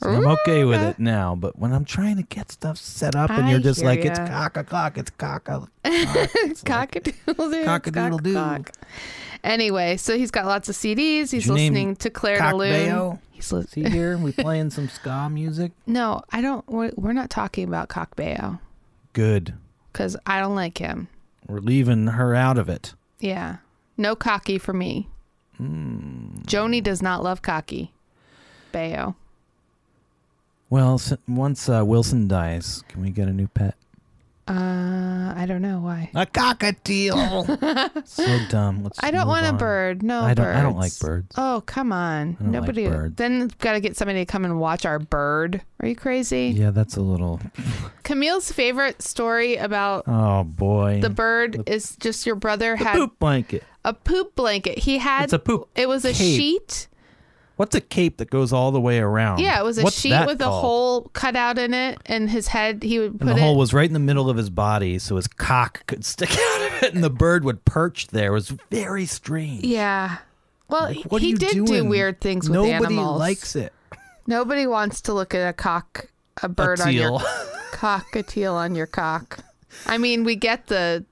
Speaker 2: So I'm okay with it now, but when I'm trying to get stuff set up and
Speaker 1: I
Speaker 2: you're just
Speaker 1: hear
Speaker 2: like, it's
Speaker 1: ya.
Speaker 2: cock a cock, it's cock a
Speaker 1: Cockadoodle doo.
Speaker 2: Cockadoodle doo.
Speaker 1: Anyway, so he's got lots of CDs. He's
Speaker 2: your name
Speaker 1: listening to Claire de
Speaker 2: cock
Speaker 1: Lune.
Speaker 2: bayo.
Speaker 1: He's li-
Speaker 2: See here, we playing some ska music.
Speaker 1: no, I don't. We're, we're not talking about Cockbayo
Speaker 2: Good.
Speaker 1: because I don't like him.
Speaker 2: We're leaving her out of it.
Speaker 1: Yeah, no cocky for me.
Speaker 2: Hmm.
Speaker 1: Joni does not love cocky. Bayo.
Speaker 2: Well, s- once uh, Wilson dies, can we get a new pet?
Speaker 1: Uh, I don't know why.
Speaker 2: A cockatiel. so dumb. Let's
Speaker 1: I don't
Speaker 2: move
Speaker 1: want a
Speaker 2: on.
Speaker 1: bird. No,
Speaker 2: I don't. I don't like
Speaker 1: birds.
Speaker 2: birds.
Speaker 1: Oh come on!
Speaker 2: I don't like
Speaker 1: Nobody.
Speaker 2: birds.
Speaker 1: Then got to get somebody to come and watch our bird. Are you crazy?
Speaker 2: Yeah, that's a little.
Speaker 1: Camille's favorite story about
Speaker 2: Oh boy.
Speaker 1: the bird is just your brother had
Speaker 2: poop blanket.
Speaker 1: a poop blanket. He had
Speaker 2: It's a poop
Speaker 1: It was a
Speaker 2: cape.
Speaker 1: sheet.
Speaker 2: What's a cape that goes all the way around?
Speaker 1: Yeah, it was a
Speaker 2: Um, What's
Speaker 1: sheet
Speaker 2: that
Speaker 1: with a
Speaker 2: called?
Speaker 1: hole cut out in it, and his head. He would
Speaker 2: And
Speaker 1: put
Speaker 2: the
Speaker 1: it.
Speaker 2: hole was right in the middle of his body, so his cock could stick out of it, and the bird would perch there. It was very strange.
Speaker 1: yeah. Well,
Speaker 2: Like, what are
Speaker 1: he
Speaker 2: you
Speaker 1: did do
Speaker 2: doing?
Speaker 1: weird things with
Speaker 2: Nobody
Speaker 1: animals.
Speaker 2: likes it.
Speaker 1: Nobody wants to look at a cock, a bird on your
Speaker 2: teal.
Speaker 1: cockatiel on your cock. I mean, we get the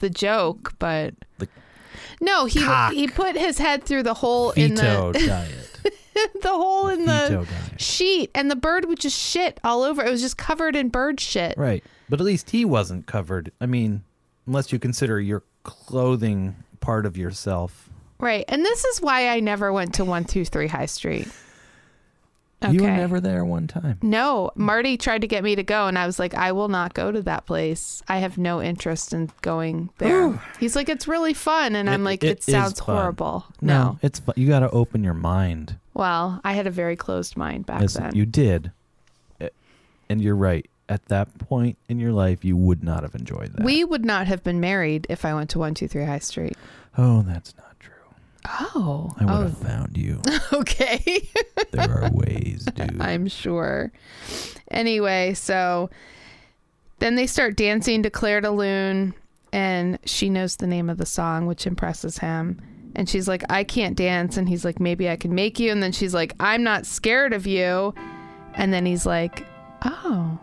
Speaker 1: the joke, but
Speaker 2: The
Speaker 1: no, he
Speaker 2: cock.
Speaker 1: he put his head through the hole in
Speaker 2: Veto
Speaker 1: the
Speaker 2: diet.
Speaker 1: the hole in
Speaker 2: Veto
Speaker 1: the
Speaker 2: diet.
Speaker 1: sheet, and the bird would just shit all over. It was just covered in bird shit.
Speaker 2: Right. But at least he wasn't covered. I mean, unless you consider your clothing part of yourself.
Speaker 1: Right. And this is why I never went to 123 High Street. Okay.
Speaker 2: You were never there one time.
Speaker 1: No, Marty tried to get me to go, and I was like, I will not go to that place. I have no interest in going there. He's like, it's really fun. And I'm
Speaker 2: It-
Speaker 1: like,
Speaker 2: it
Speaker 1: it,
Speaker 2: is
Speaker 1: sounds
Speaker 2: fun.
Speaker 1: horrible. No.
Speaker 2: it's fu- you got to open your mind.
Speaker 1: Well, I had a very closed mind back
Speaker 2: Listen,
Speaker 1: then.
Speaker 2: you did. Eh, And you're right. At that point in your life, you would not have enjoyed that.
Speaker 1: we would not have been married if I went to 123 High Street.
Speaker 2: oh, that's not true.
Speaker 1: Oh.
Speaker 2: I would have found you.
Speaker 1: Oh, okay.
Speaker 2: There are ways, dude.
Speaker 1: I'm sure. Anyway, so then they start dancing to Claire de Lune, and she knows the name of the song, which impresses him. And she's like, I can't dance. And he's like, maybe I can make you. And then she's like, I'm not scared of you. And then he's like, oh,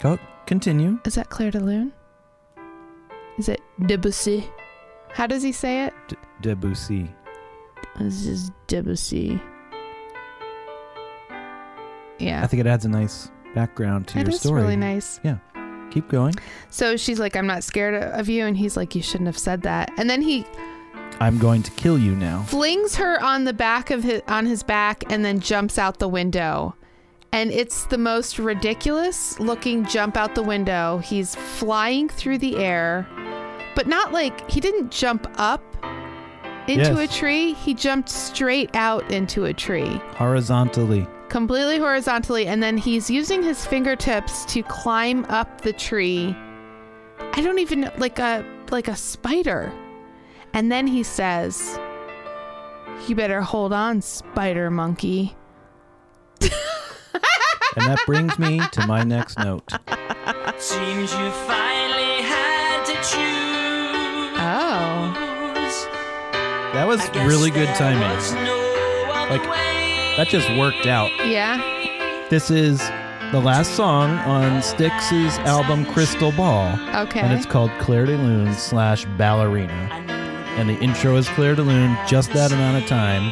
Speaker 2: Go continue.
Speaker 1: Is that Claire de Lune? Is it Debussy? How does he say it?
Speaker 2: D- Debussy.
Speaker 1: This is Debussy. Yeah.
Speaker 2: I think it adds a nice background to
Speaker 1: That
Speaker 2: your
Speaker 1: is
Speaker 2: story.
Speaker 1: really nice.
Speaker 2: Keep going.
Speaker 1: So she's like, I'm not scared o- of you. And he's like, You shouldn't have said that. And then he
Speaker 2: I'm going to kill you now.
Speaker 1: flings her on the back of his on his back and then jumps out the window. And it's the most ridiculous looking jump out the window. He's flying through the air, but not like he didn't jump up into
Speaker 2: Yes.
Speaker 1: a tree. He jumped straight out into a tree,
Speaker 2: Horizontally.
Speaker 1: completely horizontally. And then he's using his fingertips to climb up the tree. I don't even know, like a like a spider. And then he says, "You better hold on, spider monkey."
Speaker 2: And that brings me to my next note.
Speaker 4: Seems you finally had to choose.
Speaker 1: Oh,
Speaker 2: That was
Speaker 4: Guess
Speaker 2: really good
Speaker 4: there
Speaker 2: timing.
Speaker 4: was no other
Speaker 2: Like,
Speaker 4: way.
Speaker 2: That just worked out.
Speaker 1: yeah.
Speaker 2: This is the last song on Styx's album Crystal Ball.
Speaker 1: Okay.
Speaker 2: And it's called Claire de Lune slash Ballerina. And the intro is Claire de Lune, just that amount of time,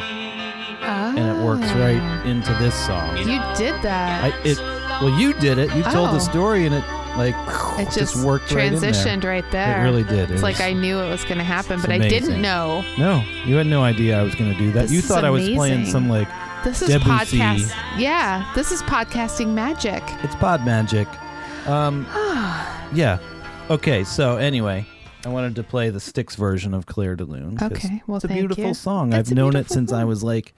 Speaker 1: oh.
Speaker 2: and it works right into this song.
Speaker 1: You did
Speaker 2: I,
Speaker 1: that.
Speaker 2: it, well, you did it. You told
Speaker 1: Oh.
Speaker 2: the story, and it like
Speaker 1: it just,
Speaker 2: worked
Speaker 1: transitioned
Speaker 2: Right
Speaker 1: right,
Speaker 2: in there.
Speaker 1: there.
Speaker 2: It really did. It
Speaker 1: It's like
Speaker 2: was-
Speaker 1: I knew it was going to happen,
Speaker 2: it's
Speaker 1: but I
Speaker 2: amazing.
Speaker 1: didn't know.
Speaker 2: No, you had no idea I was going to do that.
Speaker 1: This
Speaker 2: you
Speaker 1: is
Speaker 2: thought I was playing
Speaker 1: amazing.
Speaker 2: some like
Speaker 1: This is
Speaker 2: Debussy.
Speaker 1: podcast. Yeah, this is podcasting magic.
Speaker 2: it's pod magic. Um, yeah. Okay. So anyway, I wanted to play the Styx version of Claire de Lune. 'cause
Speaker 1: Okay, well,
Speaker 2: it's a
Speaker 1: thank
Speaker 2: beautiful
Speaker 1: you.
Speaker 2: song.
Speaker 1: It's
Speaker 2: I've
Speaker 1: a
Speaker 2: known it
Speaker 1: beautiful
Speaker 2: since I
Speaker 1: song.
Speaker 2: was like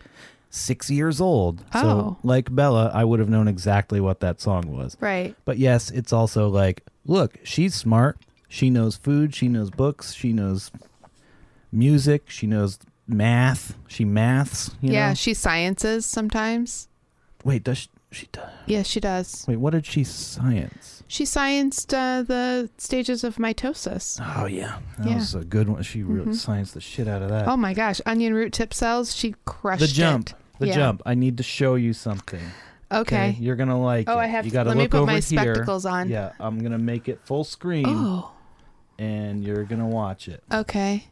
Speaker 2: six years old. So
Speaker 1: Oh.
Speaker 2: like Bella, I would have known exactly what that song was.
Speaker 1: Right.
Speaker 2: But yes, it's also like, look, she's smart. She knows food. She knows books. She knows music. She knows math. She maths. You
Speaker 1: yeah,
Speaker 2: Know?
Speaker 1: she sciences sometimes.
Speaker 2: Wait, does she, she does?
Speaker 1: Yeah, she does.
Speaker 2: Wait, what did she science?
Speaker 1: She scienced uh, the stages of mitosis.
Speaker 2: Oh yeah, that
Speaker 1: Yeah. Mm-hmm.
Speaker 2: was a good one. She really scienced the shit out of that.
Speaker 1: Oh my gosh, onion root tip cells. She crushed
Speaker 2: the jump,
Speaker 1: it.
Speaker 2: the
Speaker 1: Yeah.
Speaker 2: jump. I need to show you something.
Speaker 1: Okay.
Speaker 2: you're gonna like.
Speaker 1: Oh,
Speaker 2: it.
Speaker 1: I have
Speaker 2: You
Speaker 1: to-
Speaker 2: gotta
Speaker 1: let me
Speaker 2: look
Speaker 1: put
Speaker 2: over
Speaker 1: my
Speaker 2: here.
Speaker 1: spectacles on.
Speaker 2: Yeah, I'm gonna make it full screen,
Speaker 1: Oh,
Speaker 2: and you're gonna watch it.
Speaker 1: okay.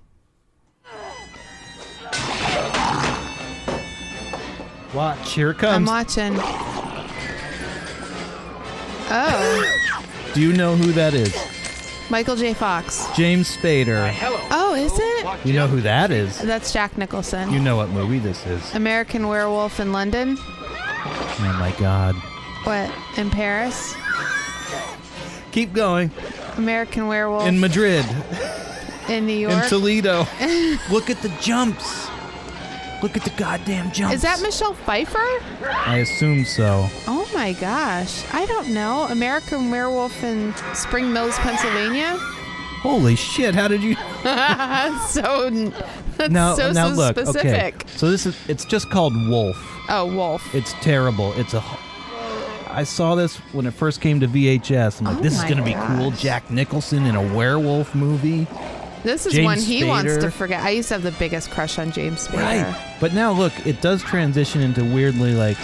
Speaker 2: Watch, here it
Speaker 1: I'm
Speaker 2: comes.
Speaker 1: watching. Oh,
Speaker 2: Do you know who that is?
Speaker 1: Michael J. Fox.
Speaker 2: James Spader.
Speaker 1: Oh, is it?
Speaker 2: You know who that is?
Speaker 1: That's Jack Nicholson.
Speaker 2: You know what movie this is?
Speaker 1: American Werewolf in London.
Speaker 2: Oh my god.
Speaker 1: What? In Paris?
Speaker 2: Keep going.
Speaker 1: American Werewolf
Speaker 2: In
Speaker 1: in,
Speaker 2: Madrid,
Speaker 1: New York.
Speaker 2: in Toledo. Look at the jumps. Look at the goddamn jumps.
Speaker 1: Is that Michelle Pfeiffer?
Speaker 2: I assume so.
Speaker 1: Oh my gosh. I don't know. American Werewolf in Spring Mills, Pennsylvania?
Speaker 2: Holy shit! How did you?
Speaker 1: That's so that's
Speaker 2: Now,
Speaker 1: so,
Speaker 2: now
Speaker 1: so
Speaker 2: look.
Speaker 1: specific.
Speaker 2: Okay. So this is. It's just called Wolf.
Speaker 1: Oh, wolf.
Speaker 2: It's terrible. It's a. h- I saw this when it first came to VHS. I'm like,
Speaker 1: Oh
Speaker 2: this is
Speaker 1: my
Speaker 2: gonna be cool.
Speaker 1: gosh.
Speaker 2: Jack Nicholson in a werewolf movie.
Speaker 1: This is
Speaker 2: James
Speaker 1: one he wants to
Speaker 2: Spader.
Speaker 1: forget. I used to have the biggest crush on James Spader.
Speaker 2: Right. But now look, it does transition into weirdly like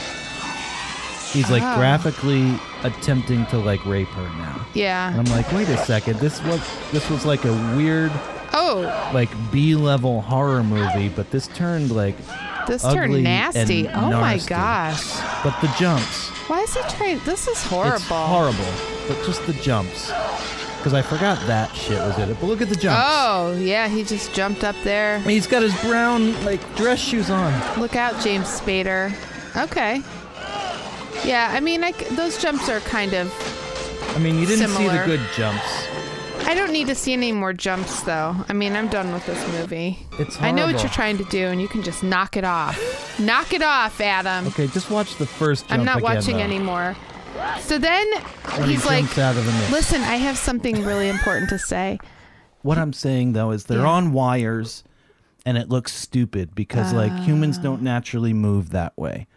Speaker 2: he's like
Speaker 1: Oh.
Speaker 2: graphically attempting to like rape her now. And
Speaker 1: Yeah.
Speaker 2: I'm like, wait a second, this was this was like a weird
Speaker 1: Oh,
Speaker 2: like B level horror movie, but this turned like
Speaker 1: this
Speaker 2: Ugly
Speaker 1: turned nasty.
Speaker 2: and
Speaker 1: Oh my
Speaker 2: nasty.
Speaker 1: gosh.
Speaker 2: but the jumps.
Speaker 1: Why is he trying? This is horrible.
Speaker 2: It's horrible. But just the jumps. Because I forgot that shit was in it. But look at the jumps.
Speaker 1: Oh, yeah, he just jumped up there.
Speaker 2: He's got his brown like dress shoes on.
Speaker 1: Look out, James Spader. Okay. Yeah, I mean, I c those jumps are kind of.
Speaker 2: I mean, you didn't see the
Speaker 1: Similar.
Speaker 2: good jumps.
Speaker 1: I don't need to see any more jumps, though. I mean, I'm done with this movie.
Speaker 2: It's
Speaker 1: I know what
Speaker 2: horrible.
Speaker 1: you're trying to do, and you can just knock it off. knock it off, Adam.
Speaker 2: Okay, just watch the first jump
Speaker 1: I'm not
Speaker 2: again,
Speaker 1: watching
Speaker 2: though.
Speaker 1: anymore. So then
Speaker 2: When he
Speaker 1: he's like,
Speaker 2: jumps out of the mist.
Speaker 1: listen, I have something really important to say.
Speaker 2: What I'm saying though is they're
Speaker 1: Yeah.
Speaker 2: on wires,
Speaker 1: Ah. Mm-hmm.
Speaker 2: and it looks stupid because like humans don't naturally move that way.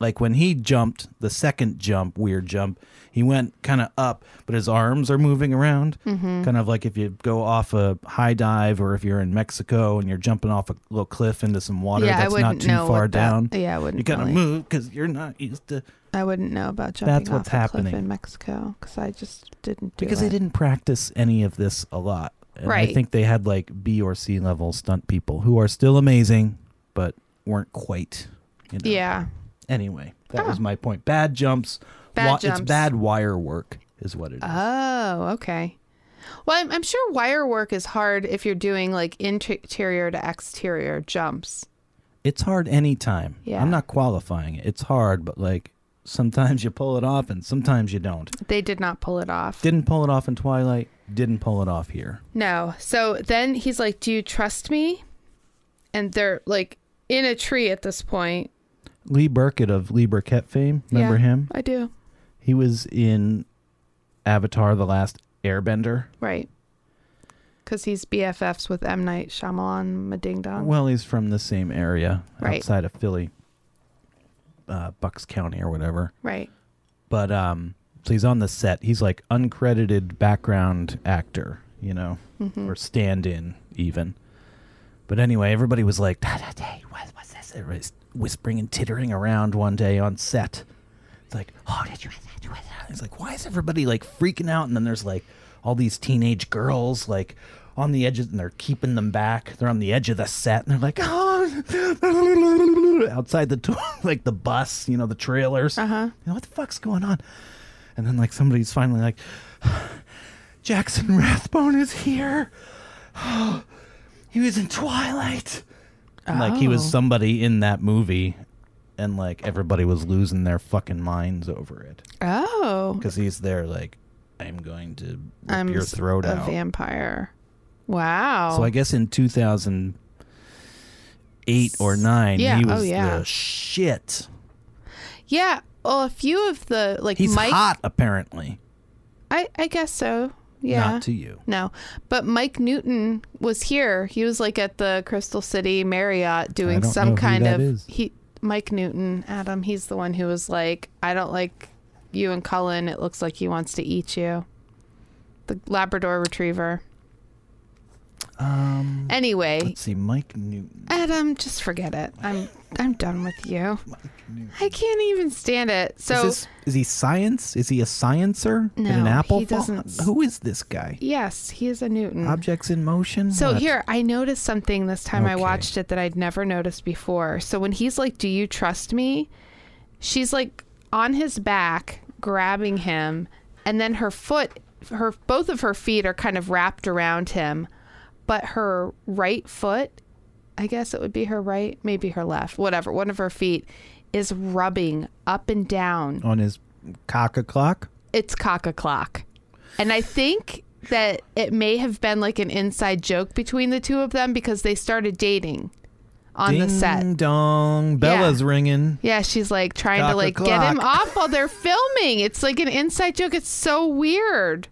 Speaker 2: Like when he jumped, the second jump, weird jump, he went kind of up, but his arms are moving around.
Speaker 1: Mm-hmm.
Speaker 2: Kind of like if you go off a high dive or if you're in Mexico and you're jumping off a little cliff into some water
Speaker 1: Yeah, I
Speaker 2: that's not
Speaker 1: wouldn't
Speaker 2: too
Speaker 1: know what
Speaker 2: far
Speaker 1: that-
Speaker 2: down.
Speaker 1: yeah, I wouldn't
Speaker 2: You gotta
Speaker 1: really-
Speaker 2: move because you're not used to.
Speaker 1: I wouldn't know about jumping
Speaker 2: That's what's
Speaker 1: off a cliff
Speaker 2: happening.
Speaker 1: in Mexico because I just didn't do
Speaker 2: because
Speaker 1: it.
Speaker 2: they didn't practice any of this a lot. And I
Speaker 1: Right.
Speaker 2: think they had like B or C level stunt people who are still amazing, but weren't quite. You know.
Speaker 1: Yeah.
Speaker 2: Anyway, that
Speaker 1: Huh.
Speaker 2: was my point. Bad jumps.
Speaker 1: Bad
Speaker 2: It's
Speaker 1: jumps.
Speaker 2: bad wire work, is what it is.
Speaker 1: Oh, okay. Well, I'm, I'm sure wire work is hard if you're doing like interior to exterior jumps.
Speaker 2: it's hard anytime.
Speaker 1: Yeah.
Speaker 2: I'm not qualifying it. It's hard, but like sometimes you pull it off and sometimes you don't.
Speaker 1: They did not pull it off.
Speaker 2: Didn't pull it off in Twilight. Didn't pull it off here.
Speaker 1: No. So then he's like, Do you trust me? And they're like in a tree at this point.
Speaker 2: Lee Burkett of Lee Burkett fame. Remember
Speaker 1: Yeah,
Speaker 2: him?
Speaker 1: I do.
Speaker 2: He was in Avatar: The Last Airbender.
Speaker 1: Right. Because he's BFFs with M. Night Shyamalan Mading Dong.
Speaker 2: Well, he's from the same area
Speaker 1: Right.
Speaker 2: outside of Philly, uh, Bucks County or whatever.
Speaker 1: right.
Speaker 2: But um, so he's on the set. He's like uncredited background actor, you know, or stand-in even. But anyway, everybody was like, "Da, da, da, what, "What's this?" Everybody's whispering and tittering around one day on set. It's like, "Oh, did you?" did you-" It's like, why is everybody like freaking out? And then there's like all these teenage girls like on the edges, and they're keeping them back. They're on the edge of the set, and they're like, "Oh!" outside the door, like the bus, you know, the trailers. Uh huh. You know, what the fuck's going on? And then like somebody's finally like, Jackson Rathbone is here. he was in Twilight. And, like he was
Speaker 1: Oh.
Speaker 2: somebody in that movie, and like everybody was losing their fucking minds over it
Speaker 1: Oh.
Speaker 2: because he's there like, I'm going to rip
Speaker 1: I'm
Speaker 2: your
Speaker 1: s-
Speaker 2: throat
Speaker 1: a
Speaker 2: out.
Speaker 1: vampire. Wow.
Speaker 2: So I guess in 2008 or nine,
Speaker 1: Yeah,
Speaker 2: he
Speaker 1: oh,
Speaker 2: was
Speaker 1: yeah.
Speaker 2: the shit.
Speaker 1: yeah. Well, a few of the like
Speaker 2: He's
Speaker 1: Mike.
Speaker 2: hot apparently.
Speaker 1: I I guess so. Yeah.
Speaker 2: Not to you.
Speaker 1: No, but Mike Newton was here. He was like at the Crystal City Marriott doing
Speaker 2: don't know
Speaker 1: some
Speaker 2: who
Speaker 1: kind
Speaker 2: that
Speaker 1: of
Speaker 2: is.
Speaker 1: he Mike Newton Adam. He's the one who was like, "I don't like you and Cullen. It looks like he wants to eat you." The Labrador Retriever.
Speaker 2: Um,
Speaker 1: Anyway,
Speaker 2: let's see, Mike Newton.
Speaker 1: Adam, just forget it. I'm I'm done with you. I can't even stand it. So
Speaker 2: is, this, is he science? Is he a sciencer? Did an
Speaker 1: No,
Speaker 2: apple
Speaker 1: he
Speaker 2: fall?
Speaker 1: doesn't-
Speaker 2: Who is this guy?
Speaker 1: yes, he is a Newton.
Speaker 2: Objects in motion.
Speaker 1: So
Speaker 2: What?
Speaker 1: here, I noticed something this time I
Speaker 2: Okay.
Speaker 1: watched it that I'd never noticed before. So when he's like, "Do you trust me?" She's like on his back, grabbing him, and then her foot, her both of her feet are kind of wrapped around him, but her right foot, I guess it would be her right, maybe her left, whatever, one of her feet is rubbing up and down
Speaker 2: on his cock a clock.
Speaker 1: it's cock a clock. And I think that it may have been like an inside joke between the two of them because they started dating on
Speaker 2: Ding
Speaker 1: the set.
Speaker 2: dong, Bella's ringing.
Speaker 1: Yeah, she's like trying
Speaker 2: Cock
Speaker 1: to
Speaker 2: a
Speaker 1: like get him
Speaker 2: clock.
Speaker 1: off while they're filming. It's like an inside joke. It's so weird.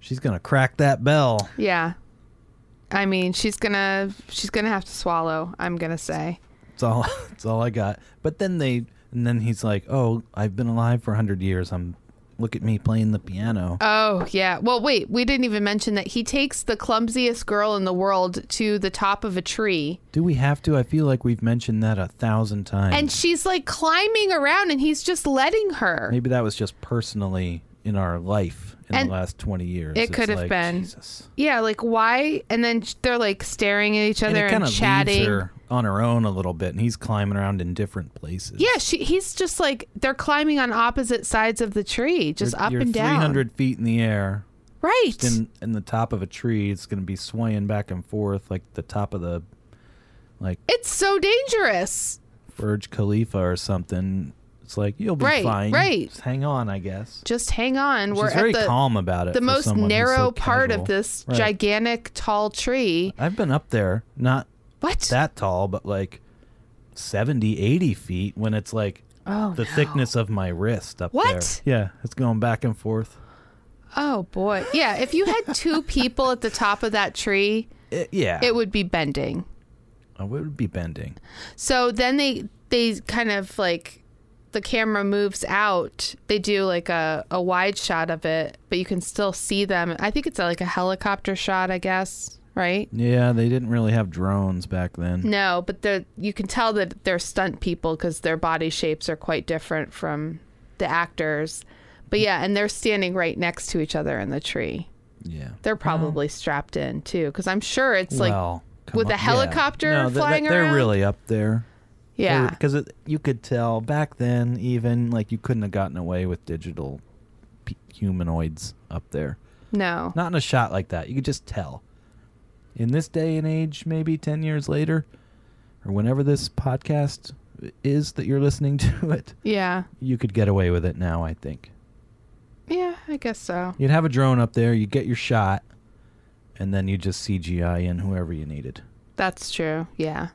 Speaker 2: She's gonna crack that bell.
Speaker 1: Yeah. I mean, she's gonna she's gonna have to swallow, I'm gonna say.
Speaker 2: That's all. That's all I got. But then they, and then he's like, "Oh, I've been alive for hundred years. I'm, look at me playing the piano."
Speaker 1: Oh, yeah. Well, wait, we didn't even mention that he takes the clumsiest girl in the world to the top of a tree.
Speaker 2: Do we have to? I feel like we've mentioned that a thousand times.
Speaker 1: And she's like climbing around and he's just letting her.
Speaker 2: Maybe that was just personally in our life in
Speaker 1: And
Speaker 2: the last twenty years.
Speaker 1: it
Speaker 2: It's
Speaker 1: could have
Speaker 2: like,
Speaker 1: been.
Speaker 2: Jesus.
Speaker 1: Yeah, like why? And then sh- they're like staring at each
Speaker 2: And
Speaker 1: other
Speaker 2: it
Speaker 1: and,
Speaker 2: kind of leaves
Speaker 1: chatting.
Speaker 2: her on her own a little bit, and he's climbing around in different places.
Speaker 1: Yeah, she, he's just like they're climbing on opposite sides of the tree, just
Speaker 2: You're-
Speaker 1: up
Speaker 2: you're
Speaker 1: and down.
Speaker 2: 300 feet in the air,
Speaker 1: right?
Speaker 2: in in the top of a tree. It's going to be swaying back and forth like the top of the like
Speaker 1: it's so dangerous.
Speaker 2: Burj Khalifa or something. It's like you'll be
Speaker 1: Right,
Speaker 2: fine.
Speaker 1: right.
Speaker 2: Just hang on, I guess.
Speaker 1: Just hang on. We're
Speaker 2: She's very
Speaker 1: at the
Speaker 2: calm about it.
Speaker 1: the
Speaker 2: for
Speaker 1: most
Speaker 2: someone who's so
Speaker 1: narrow part of
Speaker 2: casual.
Speaker 1: this
Speaker 2: Right.
Speaker 1: gigantic tall tree.
Speaker 2: I've been up there, not
Speaker 1: What?
Speaker 2: that tall, but like 70, 80 feet when it's like
Speaker 1: oh
Speaker 2: the
Speaker 1: no.
Speaker 2: thickness of my wrist up
Speaker 1: What?
Speaker 2: there. Yeah, it's going back and forth.
Speaker 1: Oh boy. Yeah, if you had two people at the top of that tree,
Speaker 2: It- yeah,
Speaker 1: it would be bending.
Speaker 2: Oh, it would be bending.
Speaker 1: So then they they kind of like the camera moves out, they do like a, a wide shot of it, but you can still see them. I think it's like a helicopter shot, I guess, right?
Speaker 2: Yeah, they didn't really have drones back then.
Speaker 1: No, but they're, you can tell that they're stunt people because their body shapes are quite different from the actors. But yeah, and they're standing right next to each other in the tree.
Speaker 2: Yeah.
Speaker 1: They're probably strapped in too, because I'm sure it's
Speaker 2: Well,
Speaker 1: like
Speaker 2: come
Speaker 1: with
Speaker 2: on.
Speaker 1: a helicopter
Speaker 2: yeah. no, th- th-
Speaker 1: flying
Speaker 2: they're
Speaker 1: around.
Speaker 2: really up there.
Speaker 1: yeah,
Speaker 2: Because you could tell back then, even like you couldn't have gotten away with digital p- humanoids up there.
Speaker 1: no,
Speaker 2: Not in a shot like that. You could just tell. In this day and age, maybe 10 years later, or whenever this podcast is that you're listening to it,
Speaker 1: yeah,
Speaker 2: you could get away with it now, I think.
Speaker 1: yeah. I guess so.
Speaker 2: You'd have a drone up there, you get your shot, and then you just CGI in whoever you needed.
Speaker 1: That's true. Yeah,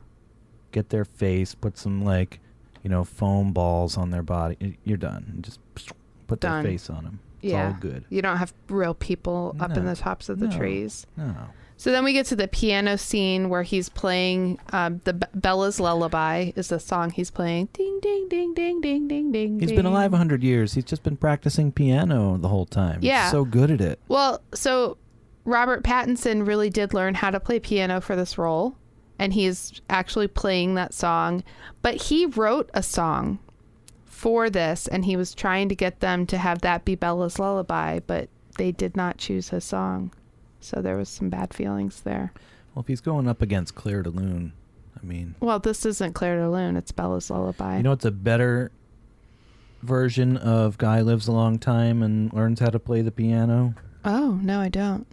Speaker 2: Get their face, put some like, you know, foam balls on their body. y- You're done. And just put
Speaker 1: Done.
Speaker 2: their face on them. It's
Speaker 1: yeah.
Speaker 2: all good.
Speaker 1: You don't have real people up in
Speaker 2: No,
Speaker 1: the tops of the
Speaker 2: no.
Speaker 1: trees.
Speaker 2: No.
Speaker 1: So then we get to the piano scene where he's playing um, the B- Bella's Lullaby is the song he's playing. Ding ding ding ding ding ding ding.
Speaker 2: He's
Speaker 1: ding.
Speaker 2: been alive 100 years. He's just been practicing piano the whole time.
Speaker 1: Yeah.
Speaker 2: He's so good at it.
Speaker 1: Well, so Robert Pattinson really did learn how to play piano for this role, and he is actually playing that song. But he wrote a song for this, and he was trying to get them to have that be Bella's lullaby, but they did not choose his song. So there was some bad feelings there.
Speaker 2: Well, if he's going up against Claire de Lune, I mean,
Speaker 1: Well, this isn't Claire de Lune; it's Bella's lullaby.
Speaker 2: you know, it's a better version of guy lives a long time and learns how to play the piano.
Speaker 1: oh no, I don't.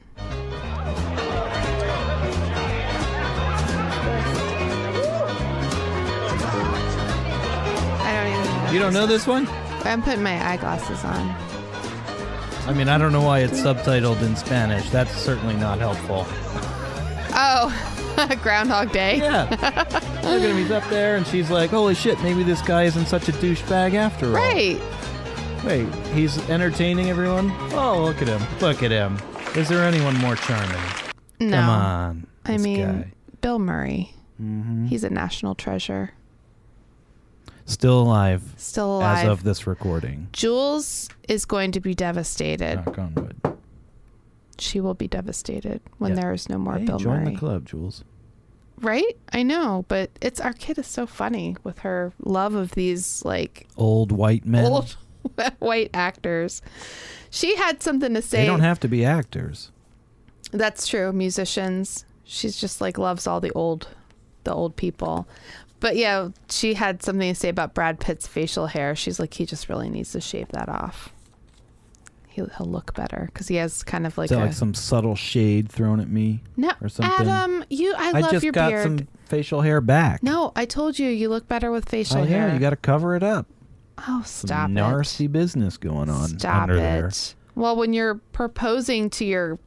Speaker 1: I don't even.
Speaker 2: You don't know this one?
Speaker 1: I'm putting my eyeglasses on.
Speaker 2: I mean, I don't know why it's subtitled in Spanish. That's certainly not helpful.
Speaker 1: Oh, Groundhog Day.
Speaker 2: Yeah. Look at him. He's up there, and she's like, holy shit, maybe this guy isn't such a douchebag after all.
Speaker 1: Right.
Speaker 2: Wait, he's entertaining everyone? Oh, look at him. Look at him. Is there anyone more charming?
Speaker 1: No.
Speaker 2: Come on.
Speaker 1: I
Speaker 2: this
Speaker 1: mean,
Speaker 2: guy. Mm-hmm.
Speaker 1: Bill Murray. He's a national treasure.
Speaker 2: Still alive,
Speaker 1: Still alive.
Speaker 2: as of this recording.
Speaker 1: Jules is going to be devastated.
Speaker 2: Knock on wood.
Speaker 1: She will be devastated when
Speaker 2: Yeah.
Speaker 1: there is no more
Speaker 2: Hey,
Speaker 1: Bill
Speaker 2: join
Speaker 1: Murray.
Speaker 2: the club, Jules.
Speaker 1: Right? I know, but it's our kid is so funny with her love of these like
Speaker 2: Old white men.
Speaker 1: old white actors. She had something to say.
Speaker 2: They don't have to be actors.
Speaker 1: That's true. Musicians. She's just like loves all the old, the old people. But yeah, she had something to say about Brad Pitt's facial hair. She's like, he just really needs to shave that off. He'll, he'll look better because he has kind of like
Speaker 2: Is that
Speaker 1: a
Speaker 2: like some subtle shade thrown at me?
Speaker 1: no.
Speaker 2: or something?
Speaker 1: Adam, you, I,
Speaker 2: I
Speaker 1: love
Speaker 2: just
Speaker 1: your
Speaker 2: got
Speaker 1: beard.
Speaker 2: some facial hair back.
Speaker 1: No, I told you you look better with facial
Speaker 2: oh,
Speaker 1: hair.
Speaker 2: yeah, you got to cover it up.
Speaker 1: oh, stop
Speaker 2: some
Speaker 1: it.
Speaker 2: nasty business going on
Speaker 1: Stop
Speaker 2: under
Speaker 1: it.
Speaker 2: there.
Speaker 1: Well, when you're proposing to your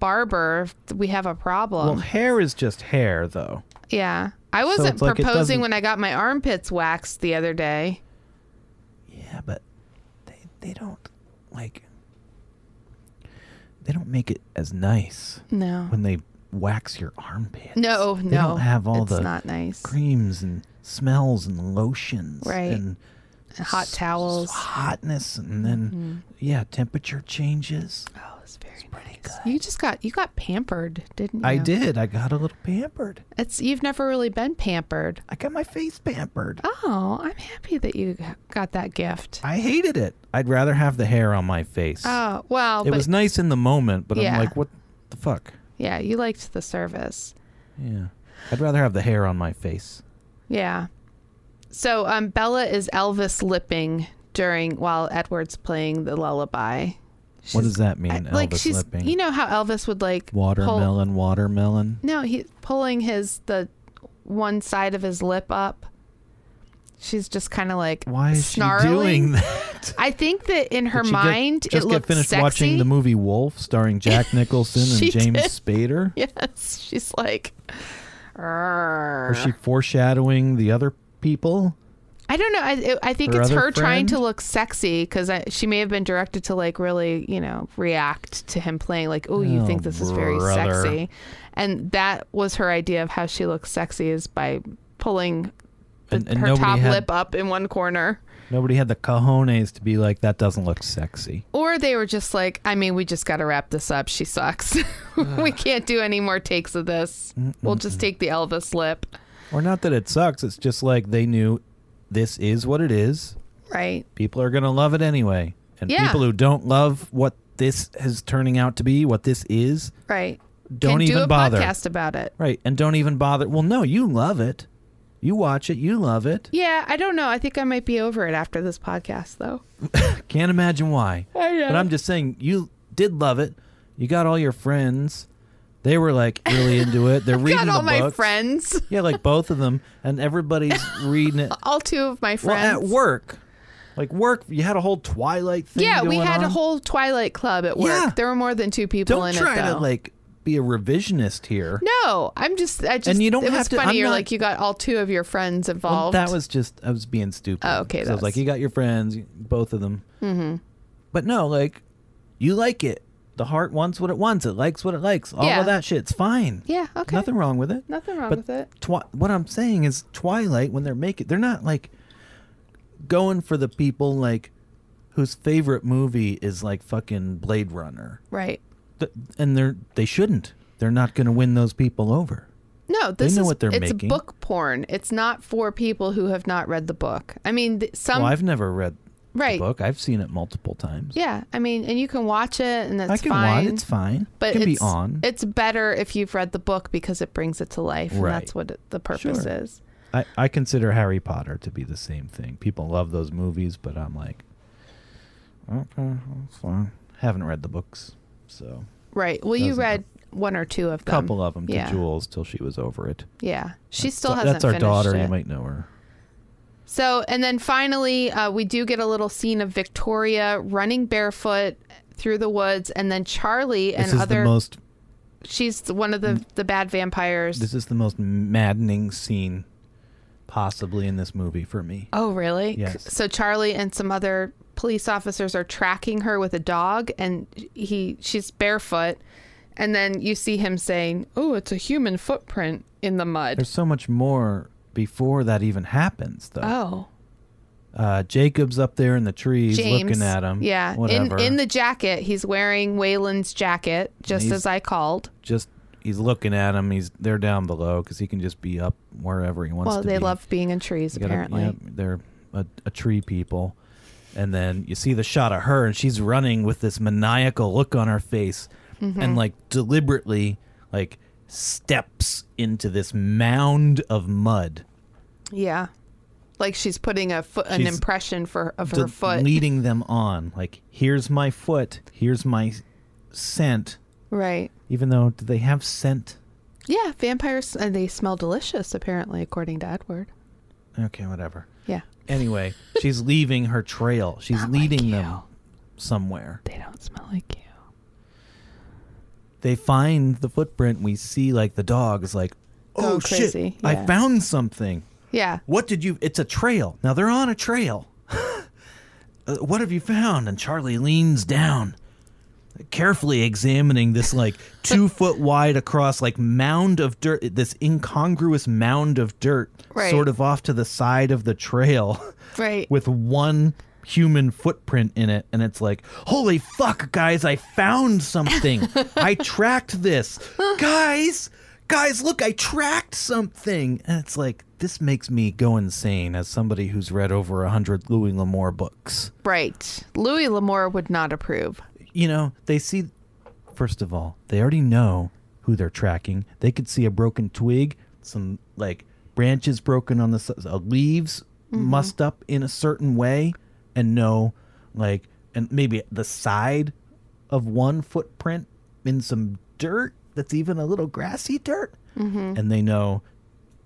Speaker 1: barber, we have a problem.
Speaker 2: Well, hair is just hair, though.
Speaker 1: Yeah. I wasn't
Speaker 2: it's like it
Speaker 1: proposing
Speaker 2: doesn't-
Speaker 1: when I got my armpits waxed the other day.
Speaker 2: Yeah, but they they don't like they don't make it as nice
Speaker 1: No.
Speaker 2: when they wax your armpits.
Speaker 1: No,
Speaker 2: they
Speaker 1: no.
Speaker 2: don't have all
Speaker 1: it's
Speaker 2: the
Speaker 1: not nice.
Speaker 2: creams and smells and lotions
Speaker 1: Right.
Speaker 2: and
Speaker 1: Hot
Speaker 2: s-
Speaker 1: towels.
Speaker 2: hotness, and then
Speaker 1: Mm-hmm.
Speaker 2: yeah, temperature changes.
Speaker 1: Oh, it's very nice. You just got you got pampered, didn't you?
Speaker 2: I did. I got a little pampered.
Speaker 1: It's you've never really been pampered.
Speaker 2: I got my face pampered.
Speaker 1: Oh, I'm happy that you got that gift.
Speaker 2: I hated it. I'd rather have the hair on my face.
Speaker 1: Oh, well,
Speaker 2: it
Speaker 1: but
Speaker 2: was nice in the moment, but
Speaker 1: Yeah.
Speaker 2: I'm like, what the fuck?
Speaker 1: yeah, you liked the service.
Speaker 2: Yeah. I'd rather have the hair on my face.
Speaker 1: Yeah. So, um Bella is Elvis lipping during while Edward's playing the lullaby.
Speaker 2: what
Speaker 1: She's-
Speaker 2: does that
Speaker 1: I-
Speaker 2: mean? Elvis
Speaker 1: like she's
Speaker 2: lipping.
Speaker 1: you know how Elvis would like pull-
Speaker 2: watermelon, watermelon.
Speaker 1: no, he's pulling his the one side of his lip up. She's just kind of like
Speaker 2: Why is
Speaker 1: snarling.
Speaker 2: she doing that?
Speaker 1: I think that in her
Speaker 2: Did she get-
Speaker 1: mind
Speaker 2: just
Speaker 1: it
Speaker 2: get
Speaker 1: looked
Speaker 2: finished
Speaker 1: sexy.
Speaker 2: watching the movie Wolf, starring Jack Nicholson
Speaker 1: She
Speaker 2: and James
Speaker 1: did.
Speaker 2: Spader.
Speaker 1: yes, she's like
Speaker 2: Was she foreshadowing the other people?
Speaker 1: I don't know. I, it- I think
Speaker 2: Her
Speaker 1: it's
Speaker 2: other
Speaker 1: her trying to
Speaker 2: friend?
Speaker 1: look sexy because she may have been directed to like really, you know, react to him playing like, oh, you
Speaker 2: Oh,
Speaker 1: think this is very
Speaker 2: brother.
Speaker 1: sexy, and that was her idea of how she looks sexy is by pulling the,
Speaker 2: And- and
Speaker 1: her
Speaker 2: nobody
Speaker 1: top
Speaker 2: had-
Speaker 1: lip up in one corner.
Speaker 2: Nobody had the cojones to be like, that doesn't look sexy.
Speaker 1: Or they were just like, I mean, we just got to wrap this up. She sucks. we can't do any more takes of this. We'll just take the Elvis lip.
Speaker 2: Or not that it sucks. It's just like they knew this is what it is.
Speaker 1: Right.
Speaker 2: People are going to love it anyway. And
Speaker 1: Yeah.
Speaker 2: people who don't love what this is turning out to be, what this is,
Speaker 1: Right.
Speaker 2: don't
Speaker 1: Can
Speaker 2: even
Speaker 1: do a
Speaker 2: bother.
Speaker 1: podcast about it.
Speaker 2: Right. And don't even bother. Well, no, you love it. You watch it. You love it.
Speaker 1: Yeah, I don't know. I think I might be over it after this podcast, though.
Speaker 2: Can't imagine why.
Speaker 1: I know.
Speaker 2: But I'm just saying, you did love it. You got all your friends. They were like really into it. They're reading
Speaker 1: got all
Speaker 2: the
Speaker 1: my
Speaker 2: books.
Speaker 1: friends,
Speaker 2: Yeah, like both of them, and everybody's reading it.
Speaker 1: all two of my
Speaker 2: Well,
Speaker 1: friends
Speaker 2: at work, like work, you had a whole Twilight thing.
Speaker 1: Yeah, we
Speaker 2: going
Speaker 1: had a
Speaker 2: on.
Speaker 1: whole Twilight Club at work.
Speaker 2: Yeah.
Speaker 1: There were more than two people
Speaker 2: Don't
Speaker 1: in
Speaker 2: try
Speaker 1: it, though.
Speaker 2: to like be a revisionist here.
Speaker 1: no, I'm just, I just,
Speaker 2: you don't
Speaker 1: it was
Speaker 2: have to-
Speaker 1: funny.
Speaker 2: I'm
Speaker 1: You're
Speaker 2: not-
Speaker 1: like, you got all two of your friends
Speaker 2: Well,
Speaker 1: involved.
Speaker 2: that was just I was being stupid.
Speaker 1: Oh, okay,
Speaker 2: So
Speaker 1: that
Speaker 2: I was like,
Speaker 1: was-
Speaker 2: you got your friends, you- both of them. Mm-hmm. But no, like, you like it. The heart wants what it wants. It likes what it likes. All
Speaker 1: Yeah.
Speaker 2: of that shit's fine.
Speaker 1: yeah, okay.
Speaker 2: Nothing wrong with it.
Speaker 1: Nothing wrong
Speaker 2: But
Speaker 1: with it.
Speaker 2: Twi- what I'm saying is Twilight when they're making they're not like going for the people like whose favorite movie is like fucking Blade Runner.
Speaker 1: Right.
Speaker 2: Th- and they're they shouldn't. They're not going to win those people over.
Speaker 1: No, this
Speaker 2: know
Speaker 1: is
Speaker 2: what they're
Speaker 1: it's
Speaker 2: making.
Speaker 1: book porn. It's not for people who have not read the book. I mean, th- some
Speaker 2: well, I've never read the
Speaker 1: right.
Speaker 2: book. I've seen it multiple times.
Speaker 1: Yeah, I mean, and you can watch it, and that's
Speaker 2: I can
Speaker 1: fine.
Speaker 2: watch. It's fine.
Speaker 1: but
Speaker 2: it can
Speaker 1: it's,
Speaker 2: be on.
Speaker 1: it's better if you've read the book because it brings it to life,
Speaker 2: Right.
Speaker 1: and that's what it, the purpose
Speaker 2: Sure.
Speaker 1: is.
Speaker 2: I, I consider Harry Potter to be the same thing. People love those movies, but I'm like, okay, that's fine. Haven't read the books, so
Speaker 1: Right. Well, you
Speaker 2: Doesn't
Speaker 1: read one or two of them.
Speaker 2: couple of them to
Speaker 1: Um, yeah.
Speaker 2: Jules till she was over it.
Speaker 1: Yeah, she
Speaker 2: That's-
Speaker 1: still hasn't.
Speaker 2: That's our
Speaker 1: finished
Speaker 2: daughter.
Speaker 1: It.
Speaker 2: You might know her.
Speaker 1: So, and then finally, uh, we do get a little scene of Victoria running barefoot through the woods, and then Charlie and
Speaker 2: This is
Speaker 1: other.
Speaker 2: the most.
Speaker 1: she's one of the the bad vampires.
Speaker 2: This is the most maddening scene, possibly in this movie for me.
Speaker 1: oh, really?
Speaker 2: Yes.
Speaker 1: So Charlie and some other police officers are tracking her with a dog, and he she's barefoot, and then you see him saying, "Oh, it's a human footprint in the mud."
Speaker 2: There's so much more before that even happens, though.
Speaker 1: oh.
Speaker 2: Uh, Jacob's up there in the trees
Speaker 1: James,
Speaker 2: looking at him.
Speaker 1: Yeah,
Speaker 2: whatever.
Speaker 1: In, in the jacket, he's wearing Waylon's jacket, just
Speaker 2: he's-
Speaker 1: as I called.
Speaker 2: just he's looking at him. He's they're down below because he can just be up wherever he wants
Speaker 1: Well,
Speaker 2: to.
Speaker 1: they
Speaker 2: be.
Speaker 1: love being in trees,
Speaker 2: You gotta-
Speaker 1: apparently.
Speaker 2: yeah, they're a, a tree people. And then you see the shot of her, and she's running with this maniacal look on her face,
Speaker 1: Mm-hmm.
Speaker 2: and like deliberately, like steps into this mound of mud,
Speaker 1: Yeah, like she's putting a foot, an
Speaker 2: She's
Speaker 1: impression for of
Speaker 2: de-
Speaker 1: her foot.
Speaker 2: leading them on. Like, here's my foot, here's my s- scent.
Speaker 1: Right.
Speaker 2: Even though, do they have scent?
Speaker 1: Yeah, vampires and they smell delicious, apparently, according to Edward.
Speaker 2: Okay, whatever.
Speaker 1: Yeah,
Speaker 2: Anyway, she's leaving her trail. She's
Speaker 1: Not like
Speaker 2: leading
Speaker 1: you.
Speaker 2: them somewhere.
Speaker 1: they don't smell like you.
Speaker 2: they find the footprint. We see like the dog is like,
Speaker 1: Go
Speaker 2: oh
Speaker 1: crazy,
Speaker 2: shit, I
Speaker 1: yeah.
Speaker 2: found something.
Speaker 1: Yeah,
Speaker 2: What did you? It's a trail. Now they're on a trail. "Uh, what have you found? And Charlie leans down, carefully examining this like two foot wide across like mound of dirt, this incongruous mound of dirt,
Speaker 1: Right.
Speaker 2: sort of off to the side of the trail.
Speaker 1: right.
Speaker 2: with one human footprint in it and it's like holy fuck guys i found something i tracked this guys guys look i tracked something and it's like this makes me go insane as somebody who's read over a hundred louis lamour books
Speaker 1: right. Louis L'Amour would not approve.
Speaker 2: you know they see first of all they already know who they're tracking they could see a broken twig some like branches broken on the si- uh, leaves mussed up in a certain way and know like and maybe the side of one footprint in some dirt that's even a little grassy dirt and they know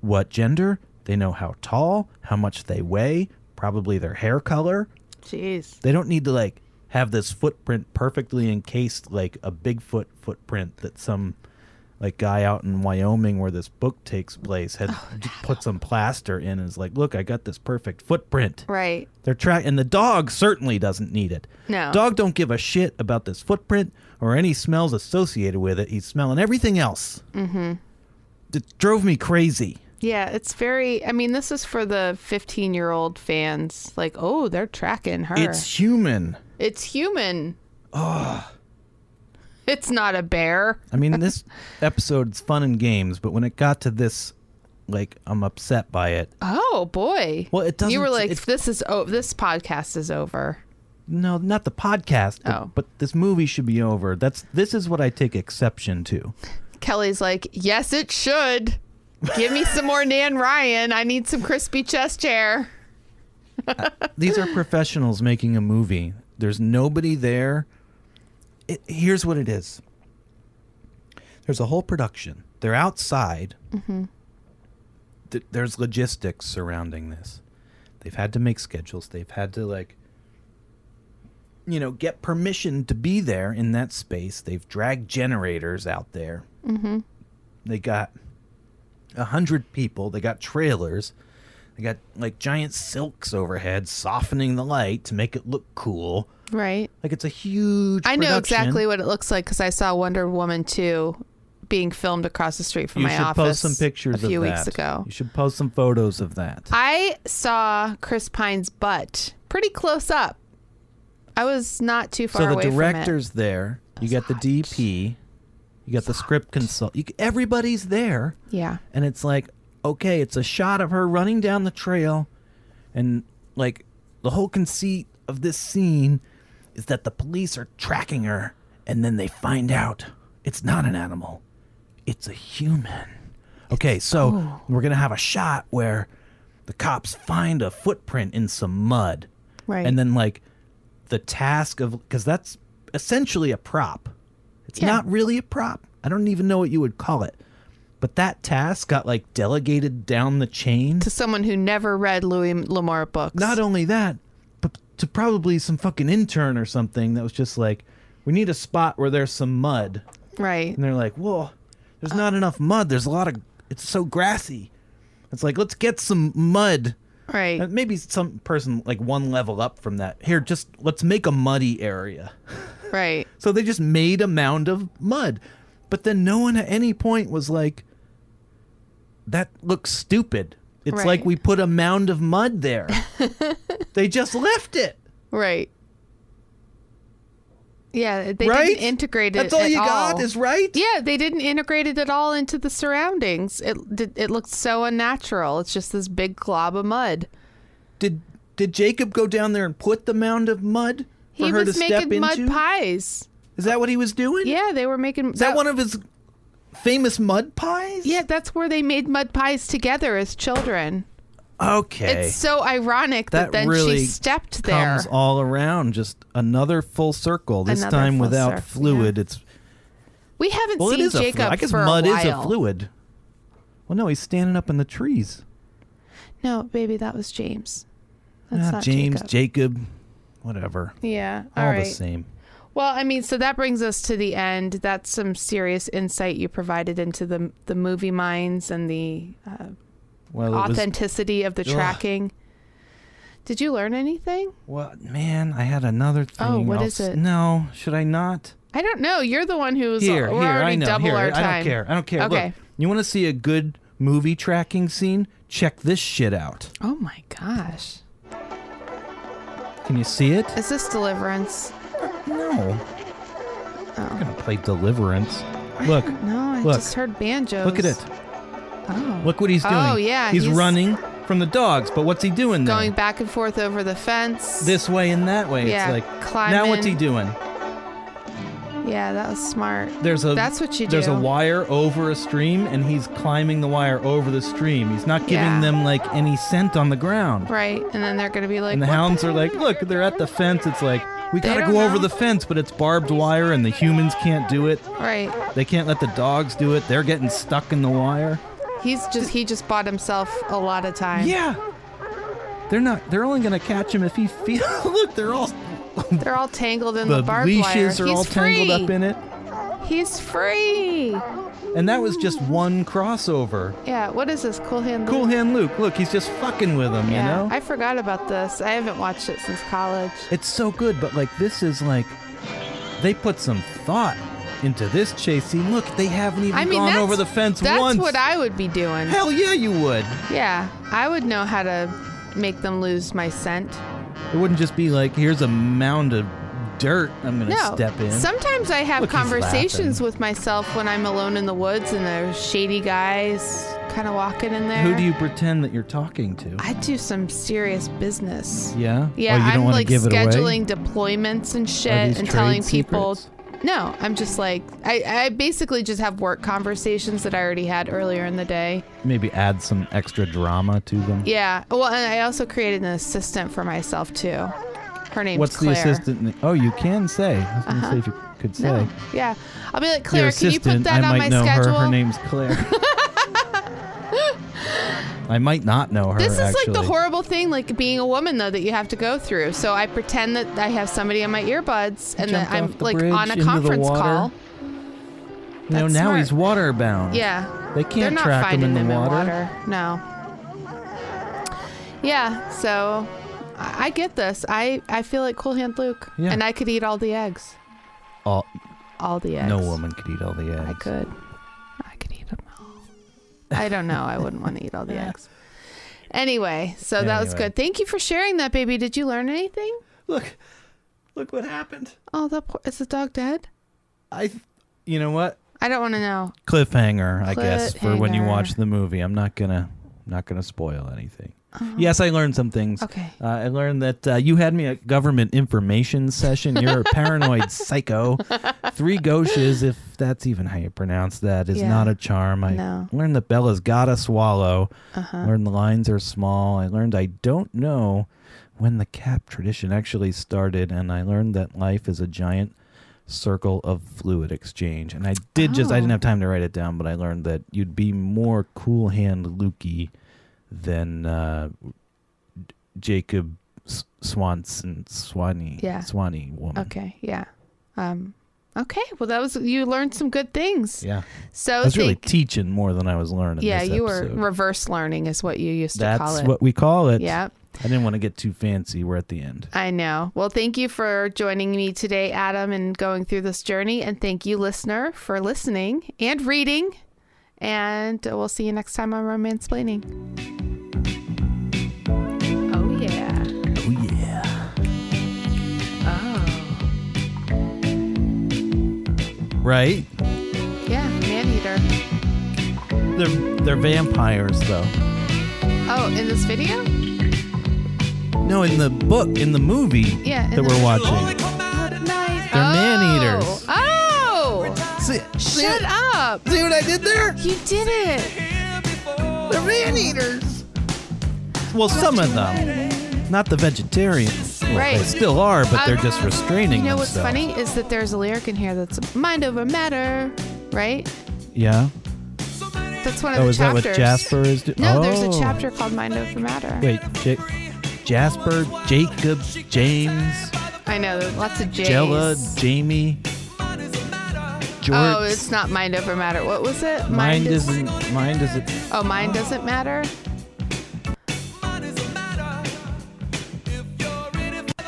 Speaker 2: what gender they know how tall how much they weigh probably their hair color
Speaker 1: Jeez.
Speaker 2: they don't need to like have this footprint perfectly encased like a Bigfoot footprint that some like guy out in Wyoming where this book takes place had
Speaker 1: Oh,
Speaker 2: d- put some plaster in and is like, look, I got this perfect footprint.
Speaker 1: Right.
Speaker 2: They're tra- and the dog certainly doesn't need it.
Speaker 1: No.
Speaker 2: Dog don't give a shit about this footprint or any smells associated with it. He's smelling everything else. Mm-hmm. It drove me crazy.
Speaker 1: Yeah, it's very. I mean, this is for the 15 year old fans. Like, oh, they're tracking her. It's,
Speaker 2: It's human.
Speaker 1: human. Oh. It's not a bear.
Speaker 2: I mean, this episode's fun and games, but when it got to this, like, I'm upset by it.
Speaker 1: Oh boy.
Speaker 2: Well, it
Speaker 1: You were
Speaker 2: doesn't-
Speaker 1: like,
Speaker 2: it's-
Speaker 1: this is oh, this podcast is over.
Speaker 2: No, not the podcast. But,
Speaker 1: Oh.
Speaker 2: but this movie should be over. That's this is what I take exception to.
Speaker 1: Kelly's like, yes, it should. Give me some more Nan Ryan. I need some crispy chest hair.
Speaker 2: These are professionals making a movie. There's nobody there. It, here's what it is. There's a whole production. They're outside. Th- there's logistics surrounding this. They've had to make schedules. They've had to like, you know, get permission to be there in that space. They've dragged generators out there. Mm-hmm. They got a hundred people. They got trailers. They got like giant silks overhead, softening the light to make it look cool.
Speaker 1: Right.
Speaker 2: Like it's a huge.
Speaker 1: I know
Speaker 2: production.
Speaker 1: exactly what it looks like because I saw Wonder Woman 2 being filmed across the street from
Speaker 2: you
Speaker 1: my
Speaker 2: should post
Speaker 1: office
Speaker 2: some pictures
Speaker 1: a few
Speaker 2: of
Speaker 1: weeks
Speaker 2: that.
Speaker 1: ago.
Speaker 2: You should post some photos of that.
Speaker 1: I saw Chris Pine's butt pretty close up. I was not too far
Speaker 2: so the
Speaker 1: away
Speaker 2: director's there. You got the DP. You got the script consult. You, everybody's there,
Speaker 1: from it. Yeah.
Speaker 2: and it's like, okay, it's a shot of her running down the trail, and like the whole conceit of this scene is that the police are tracking her, and then they find out it's not an animal, it's a human. Okay, so we're gonna have a shot where the cops find a footprint in some mud.
Speaker 1: Right.
Speaker 2: and then like the task of because that's essentially a prop it's
Speaker 1: Yeah.
Speaker 2: not really a prop i don't even know what you would call it but that task got like delegated down the chain
Speaker 1: to someone who never read Louis L'Amour books.
Speaker 2: not only that but to probably some fucking intern or something that was just like we need a spot where there's some mud
Speaker 1: right.
Speaker 2: and they're like whoa there's
Speaker 1: Uh.
Speaker 2: not enough mud there's a lot of it's so grassy it's like let's get some mud
Speaker 1: Right.
Speaker 2: and maybe some person like one level up from that here just let's make a muddy area
Speaker 1: right.
Speaker 2: So they just made a mound of mud. But then no one at any point was like, that looks stupid. It's
Speaker 1: Right.
Speaker 2: like we put a mound of mud there. they just left it.
Speaker 1: Right. Yeah, they
Speaker 2: Right?
Speaker 1: didn't integrate it.
Speaker 2: That's all
Speaker 1: at
Speaker 2: you got
Speaker 1: all.
Speaker 2: is right?
Speaker 1: Yeah, they didn't integrate it at all into the surroundings. It did, it looked so unnatural. It's just this big glob of mud.
Speaker 2: Did did Jacob go down there and put the mound of mud for
Speaker 1: he
Speaker 2: her
Speaker 1: was
Speaker 2: to step
Speaker 1: making mud
Speaker 2: into?
Speaker 1: pies.
Speaker 2: Is that what he was doing?
Speaker 1: Yeah, they were making
Speaker 2: Is that one of his famous mud pies?
Speaker 1: Yeah, that's where they made mud pies together as children.
Speaker 2: Okay.
Speaker 1: It's so ironic that,
Speaker 2: That
Speaker 1: then
Speaker 2: really
Speaker 1: she stepped there.
Speaker 2: comes all around just another full circle this
Speaker 1: Another
Speaker 2: time
Speaker 1: full
Speaker 2: without
Speaker 1: circle,
Speaker 2: fluid
Speaker 1: yeah.
Speaker 2: it's
Speaker 1: we haven't
Speaker 2: Well, it
Speaker 1: seen
Speaker 2: is a
Speaker 1: Jacob
Speaker 2: fluid. I guess
Speaker 1: for
Speaker 2: mud
Speaker 1: a
Speaker 2: is
Speaker 1: while.
Speaker 2: a fluid. Well, no, he's standing up in the trees.
Speaker 1: No, baby, that was James. That's
Speaker 2: Ah,
Speaker 1: not
Speaker 2: James,
Speaker 1: Jacob.
Speaker 2: Jacob, whatever.
Speaker 1: yeah. all
Speaker 2: All
Speaker 1: right.
Speaker 2: the same.
Speaker 1: Well, I mean, so that brings us to the end. That's some serious insight you provided into the the movie minds and the uh,
Speaker 2: Well, it was.
Speaker 1: authenticity of the
Speaker 2: Ugh.
Speaker 1: tracking. Did you learn anything?
Speaker 2: Well, man, I had another thing.
Speaker 1: Oh, what
Speaker 2: I'll
Speaker 1: is
Speaker 2: s-
Speaker 1: it?
Speaker 2: No, should I not?
Speaker 1: I don't know. You're the one who's
Speaker 2: Here,
Speaker 1: we're
Speaker 2: here,
Speaker 1: already
Speaker 2: I know.
Speaker 1: double
Speaker 2: here,
Speaker 1: our time.
Speaker 2: I don't care. I don't care.
Speaker 1: Okay.
Speaker 2: Look, you want to see a good movie tracking scene? Check this shit out.
Speaker 1: Oh my gosh,
Speaker 2: Can you see it?
Speaker 1: is this Deliverance?
Speaker 2: No. I'm gonna play Deliverance. Look,
Speaker 1: No, Oh. I
Speaker 2: Look.
Speaker 1: just heard banjos.
Speaker 2: look at it.
Speaker 1: Oh.
Speaker 2: Look what he's doing.
Speaker 1: Oh, yeah,
Speaker 2: he's,
Speaker 1: he's-
Speaker 2: running from the dogs. But what's he doing? there?
Speaker 1: Going back and forth over the fence.
Speaker 2: this way and that way.
Speaker 1: Yeah,
Speaker 2: it's like now
Speaker 1: climbing.
Speaker 2: what's he doing?
Speaker 1: Yeah, that was smart.
Speaker 2: There's a
Speaker 1: That's what you
Speaker 2: there's
Speaker 1: do.
Speaker 2: a wire over a stream and he's climbing the wire over the stream. He's not giving
Speaker 1: Yeah.
Speaker 2: them like any scent on the ground.
Speaker 1: Right, and then they're gonna be like,
Speaker 2: And the
Speaker 1: "What
Speaker 2: hounds are
Speaker 1: hell
Speaker 2: like, look, they're at the fence. It's like we
Speaker 1: They
Speaker 2: gotta
Speaker 1: don't
Speaker 2: go over
Speaker 1: know.
Speaker 2: the fence, but it's barbed wire and the humans can't do it.
Speaker 1: Right.
Speaker 2: They can't let the dogs do it. They're getting stuck in the wire.
Speaker 1: He's just he just bought himself a lot of time.
Speaker 2: Yeah. They're not they're only gonna catch him if he feels look, they're all
Speaker 1: They're all tangled in the,
Speaker 2: the
Speaker 1: barbed
Speaker 2: leashes
Speaker 1: wire.
Speaker 2: are
Speaker 1: He's
Speaker 2: all tangled
Speaker 1: free.
Speaker 2: up in it.
Speaker 1: He's free.
Speaker 2: And that was just one crossover.
Speaker 1: Yeah. What is this? Cool hand.
Speaker 2: Cool
Speaker 1: Luke?
Speaker 2: hand Luke. Look, he's just fucking with him,
Speaker 1: Yeah.
Speaker 2: you know?
Speaker 1: I forgot about this. I haven't watched it since college.
Speaker 2: It's so good, but like this is like they put some thought into this chase scene. Look, they haven't even
Speaker 1: I mean,
Speaker 2: gone
Speaker 1: that's,
Speaker 2: over the fence
Speaker 1: that's
Speaker 2: once.
Speaker 1: what I would be doing.
Speaker 2: Hell yeah, you would.
Speaker 1: Yeah, I would know how to make them lose my scent.
Speaker 2: It wouldn't just be like, here's a mound of dirt. I'm gonna
Speaker 1: No.
Speaker 2: step in.
Speaker 1: Sometimes I have
Speaker 2: Look, he's
Speaker 1: conversations
Speaker 2: laughing.
Speaker 1: with myself when I'm alone in the woods and there's shady guys kind of walking in there.
Speaker 2: Who do you pretend that you're talking to?
Speaker 1: I do some serious business.
Speaker 2: yeah.
Speaker 1: Yeah,
Speaker 2: Oh, you
Speaker 1: I'm
Speaker 2: don't want
Speaker 1: like
Speaker 2: to give it away.
Speaker 1: scheduling deployments and shit
Speaker 2: Are these
Speaker 1: and
Speaker 2: trade
Speaker 1: telling people.
Speaker 2: secrets?
Speaker 1: No, I'm just like I, I basically just have work conversations that I already had earlier in the day.
Speaker 2: Maybe add some extra drama to them.
Speaker 1: Yeah. Well, and I also created an assistant for myself too. Her name's
Speaker 2: What's
Speaker 1: Claire. Uh-huh.
Speaker 2: the assistant? na- Oh, you can say. I was gonna say if you could say.
Speaker 1: No. Yeah. I'll be
Speaker 2: Your
Speaker 1: like Claire. Can you
Speaker 2: assistant,
Speaker 1: put that
Speaker 2: I might
Speaker 1: on my
Speaker 2: know
Speaker 1: schedule?
Speaker 2: her. Her name's Claire. I might not know her.
Speaker 1: This is
Speaker 2: actually.
Speaker 1: like the horrible thing, like being a woman though, that you have to go through. So I pretend that I have somebody on my earbuds and
Speaker 2: Jumped
Speaker 1: that I'm
Speaker 2: off the
Speaker 1: like
Speaker 2: bridge
Speaker 1: on a
Speaker 2: into the
Speaker 1: conference
Speaker 2: water.
Speaker 1: call.
Speaker 2: No,
Speaker 1: That's
Speaker 2: now
Speaker 1: smart.
Speaker 2: he's waterbound.
Speaker 1: Yeah.
Speaker 2: They
Speaker 1: They're
Speaker 2: can't
Speaker 1: not
Speaker 2: track him
Speaker 1: finding
Speaker 2: in the
Speaker 1: them
Speaker 2: water.
Speaker 1: in water. No. Yeah. So I I get this. I I feel like Cool Hand Luke,
Speaker 2: Yeah.
Speaker 1: and I could eat all the eggs.
Speaker 2: All,
Speaker 1: All the eggs.
Speaker 2: no woman could eat all the eggs.
Speaker 1: I could. I could eat them all. I don't know. I wouldn't want to eat all the eggs. Anyway, so that was
Speaker 2: Anyway.
Speaker 1: good. Thank you for sharing that, baby. Did you learn anything?
Speaker 2: Look, look what happened.
Speaker 1: Oh, the poor, is the dog dead?
Speaker 2: I, th- you know what?
Speaker 1: I don't want to know.
Speaker 2: Cliffhanger, I guess, for when you
Speaker 1: Cliffhanger.
Speaker 2: watch the movie. I'm not gonna, not gonna spoil anything.
Speaker 1: Oh.
Speaker 2: Yes, I learned some things.
Speaker 1: Uh-huh. Okay.
Speaker 2: Uh, I learned that uh, you had me at government information session. You're a paranoid psycho. Three gauches, if that's even how you pronounce that, is
Speaker 1: Yeah.
Speaker 2: not a charm. I
Speaker 1: No. Uh-huh.
Speaker 2: learned that Bella's gotta swallow.
Speaker 1: Uh,
Speaker 2: Learned the lines are small. I learned I don't know when the cap tradition actually started, and I learned that life is a giant circle of fluid exchange. And I did just I
Speaker 1: Oh.
Speaker 2: didn't have time to write it down, but I learned that you'd be more cool hand Lukey than uh, Jacob S- Swanson Swanee.
Speaker 1: Yeah.
Speaker 2: Swanee woman.
Speaker 1: Okay. Yeah. Um. Okay. Well, that was you learned some good things.
Speaker 2: Yeah.
Speaker 1: So
Speaker 2: I was really
Speaker 1: think-
Speaker 2: teaching more than I was learning.
Speaker 1: yeah,
Speaker 2: this
Speaker 1: you were
Speaker 2: episode.
Speaker 1: reverse learning is what you used to call
Speaker 2: That's
Speaker 1: it.
Speaker 2: what we call it.
Speaker 1: yeah.
Speaker 2: I didn't want to get too fancy. We're at the end.
Speaker 1: I know. Well, thank you for joining me today, Adam, and going through this journey. And thank you, listener, for listening and reading. And we'll see you next time on Romance Planning. Oh, yeah.
Speaker 2: Oh yeah.
Speaker 1: Oh.
Speaker 2: Right?
Speaker 1: Yeah, Maneater.
Speaker 2: They're they're vampires though.
Speaker 1: Oh, in this video?
Speaker 2: No, in the book, in the movie
Speaker 1: Yeah, in
Speaker 2: that
Speaker 1: the-
Speaker 2: we're watching.
Speaker 1: Night.
Speaker 2: They're man-eaters.
Speaker 1: Oh!
Speaker 2: See,
Speaker 1: Shut up!
Speaker 2: see what I did there?
Speaker 1: You did it!
Speaker 2: They're man eaters. Well, some of them, not the vegetarians. Well, They
Speaker 1: Right.
Speaker 2: still are, but they're
Speaker 1: Um,
Speaker 2: just restraining
Speaker 1: You know what's
Speaker 2: themselves.
Speaker 1: funny is that there's a lyric in here that's mind over matter, right?
Speaker 2: Yeah.
Speaker 1: That's one of
Speaker 2: Oh,
Speaker 1: the
Speaker 2: is
Speaker 1: chapters.
Speaker 2: that what Jasper is doing?
Speaker 1: No,
Speaker 2: oh.
Speaker 1: there's a chapter called Mind Over Matter.
Speaker 2: Wait, Ja- Jasper, Jacob, James,
Speaker 1: I know, there's lots of J's.
Speaker 2: Jella, Jamie, George.
Speaker 1: Oh, it's not Mind Over Matter. What was it?
Speaker 2: Mind isn't. Mind isn't.
Speaker 1: Oh, Mind Doesn't Matter?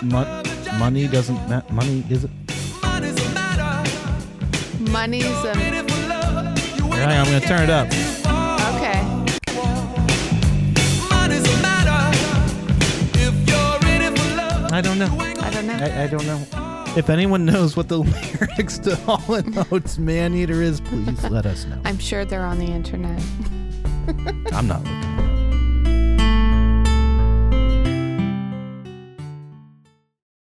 Speaker 2: Mon- money doesn't. Ma- money isn't.
Speaker 1: Money's a.
Speaker 2: All right, I'm gonna turn it up.
Speaker 1: Okay.
Speaker 2: I don't know.
Speaker 1: I don't know.
Speaker 2: I, I don't know. If anyone knows what the lyrics to All in Oats Man Eater is, please let us know.
Speaker 1: I'm sure they're on the internet.
Speaker 2: I'm not looking.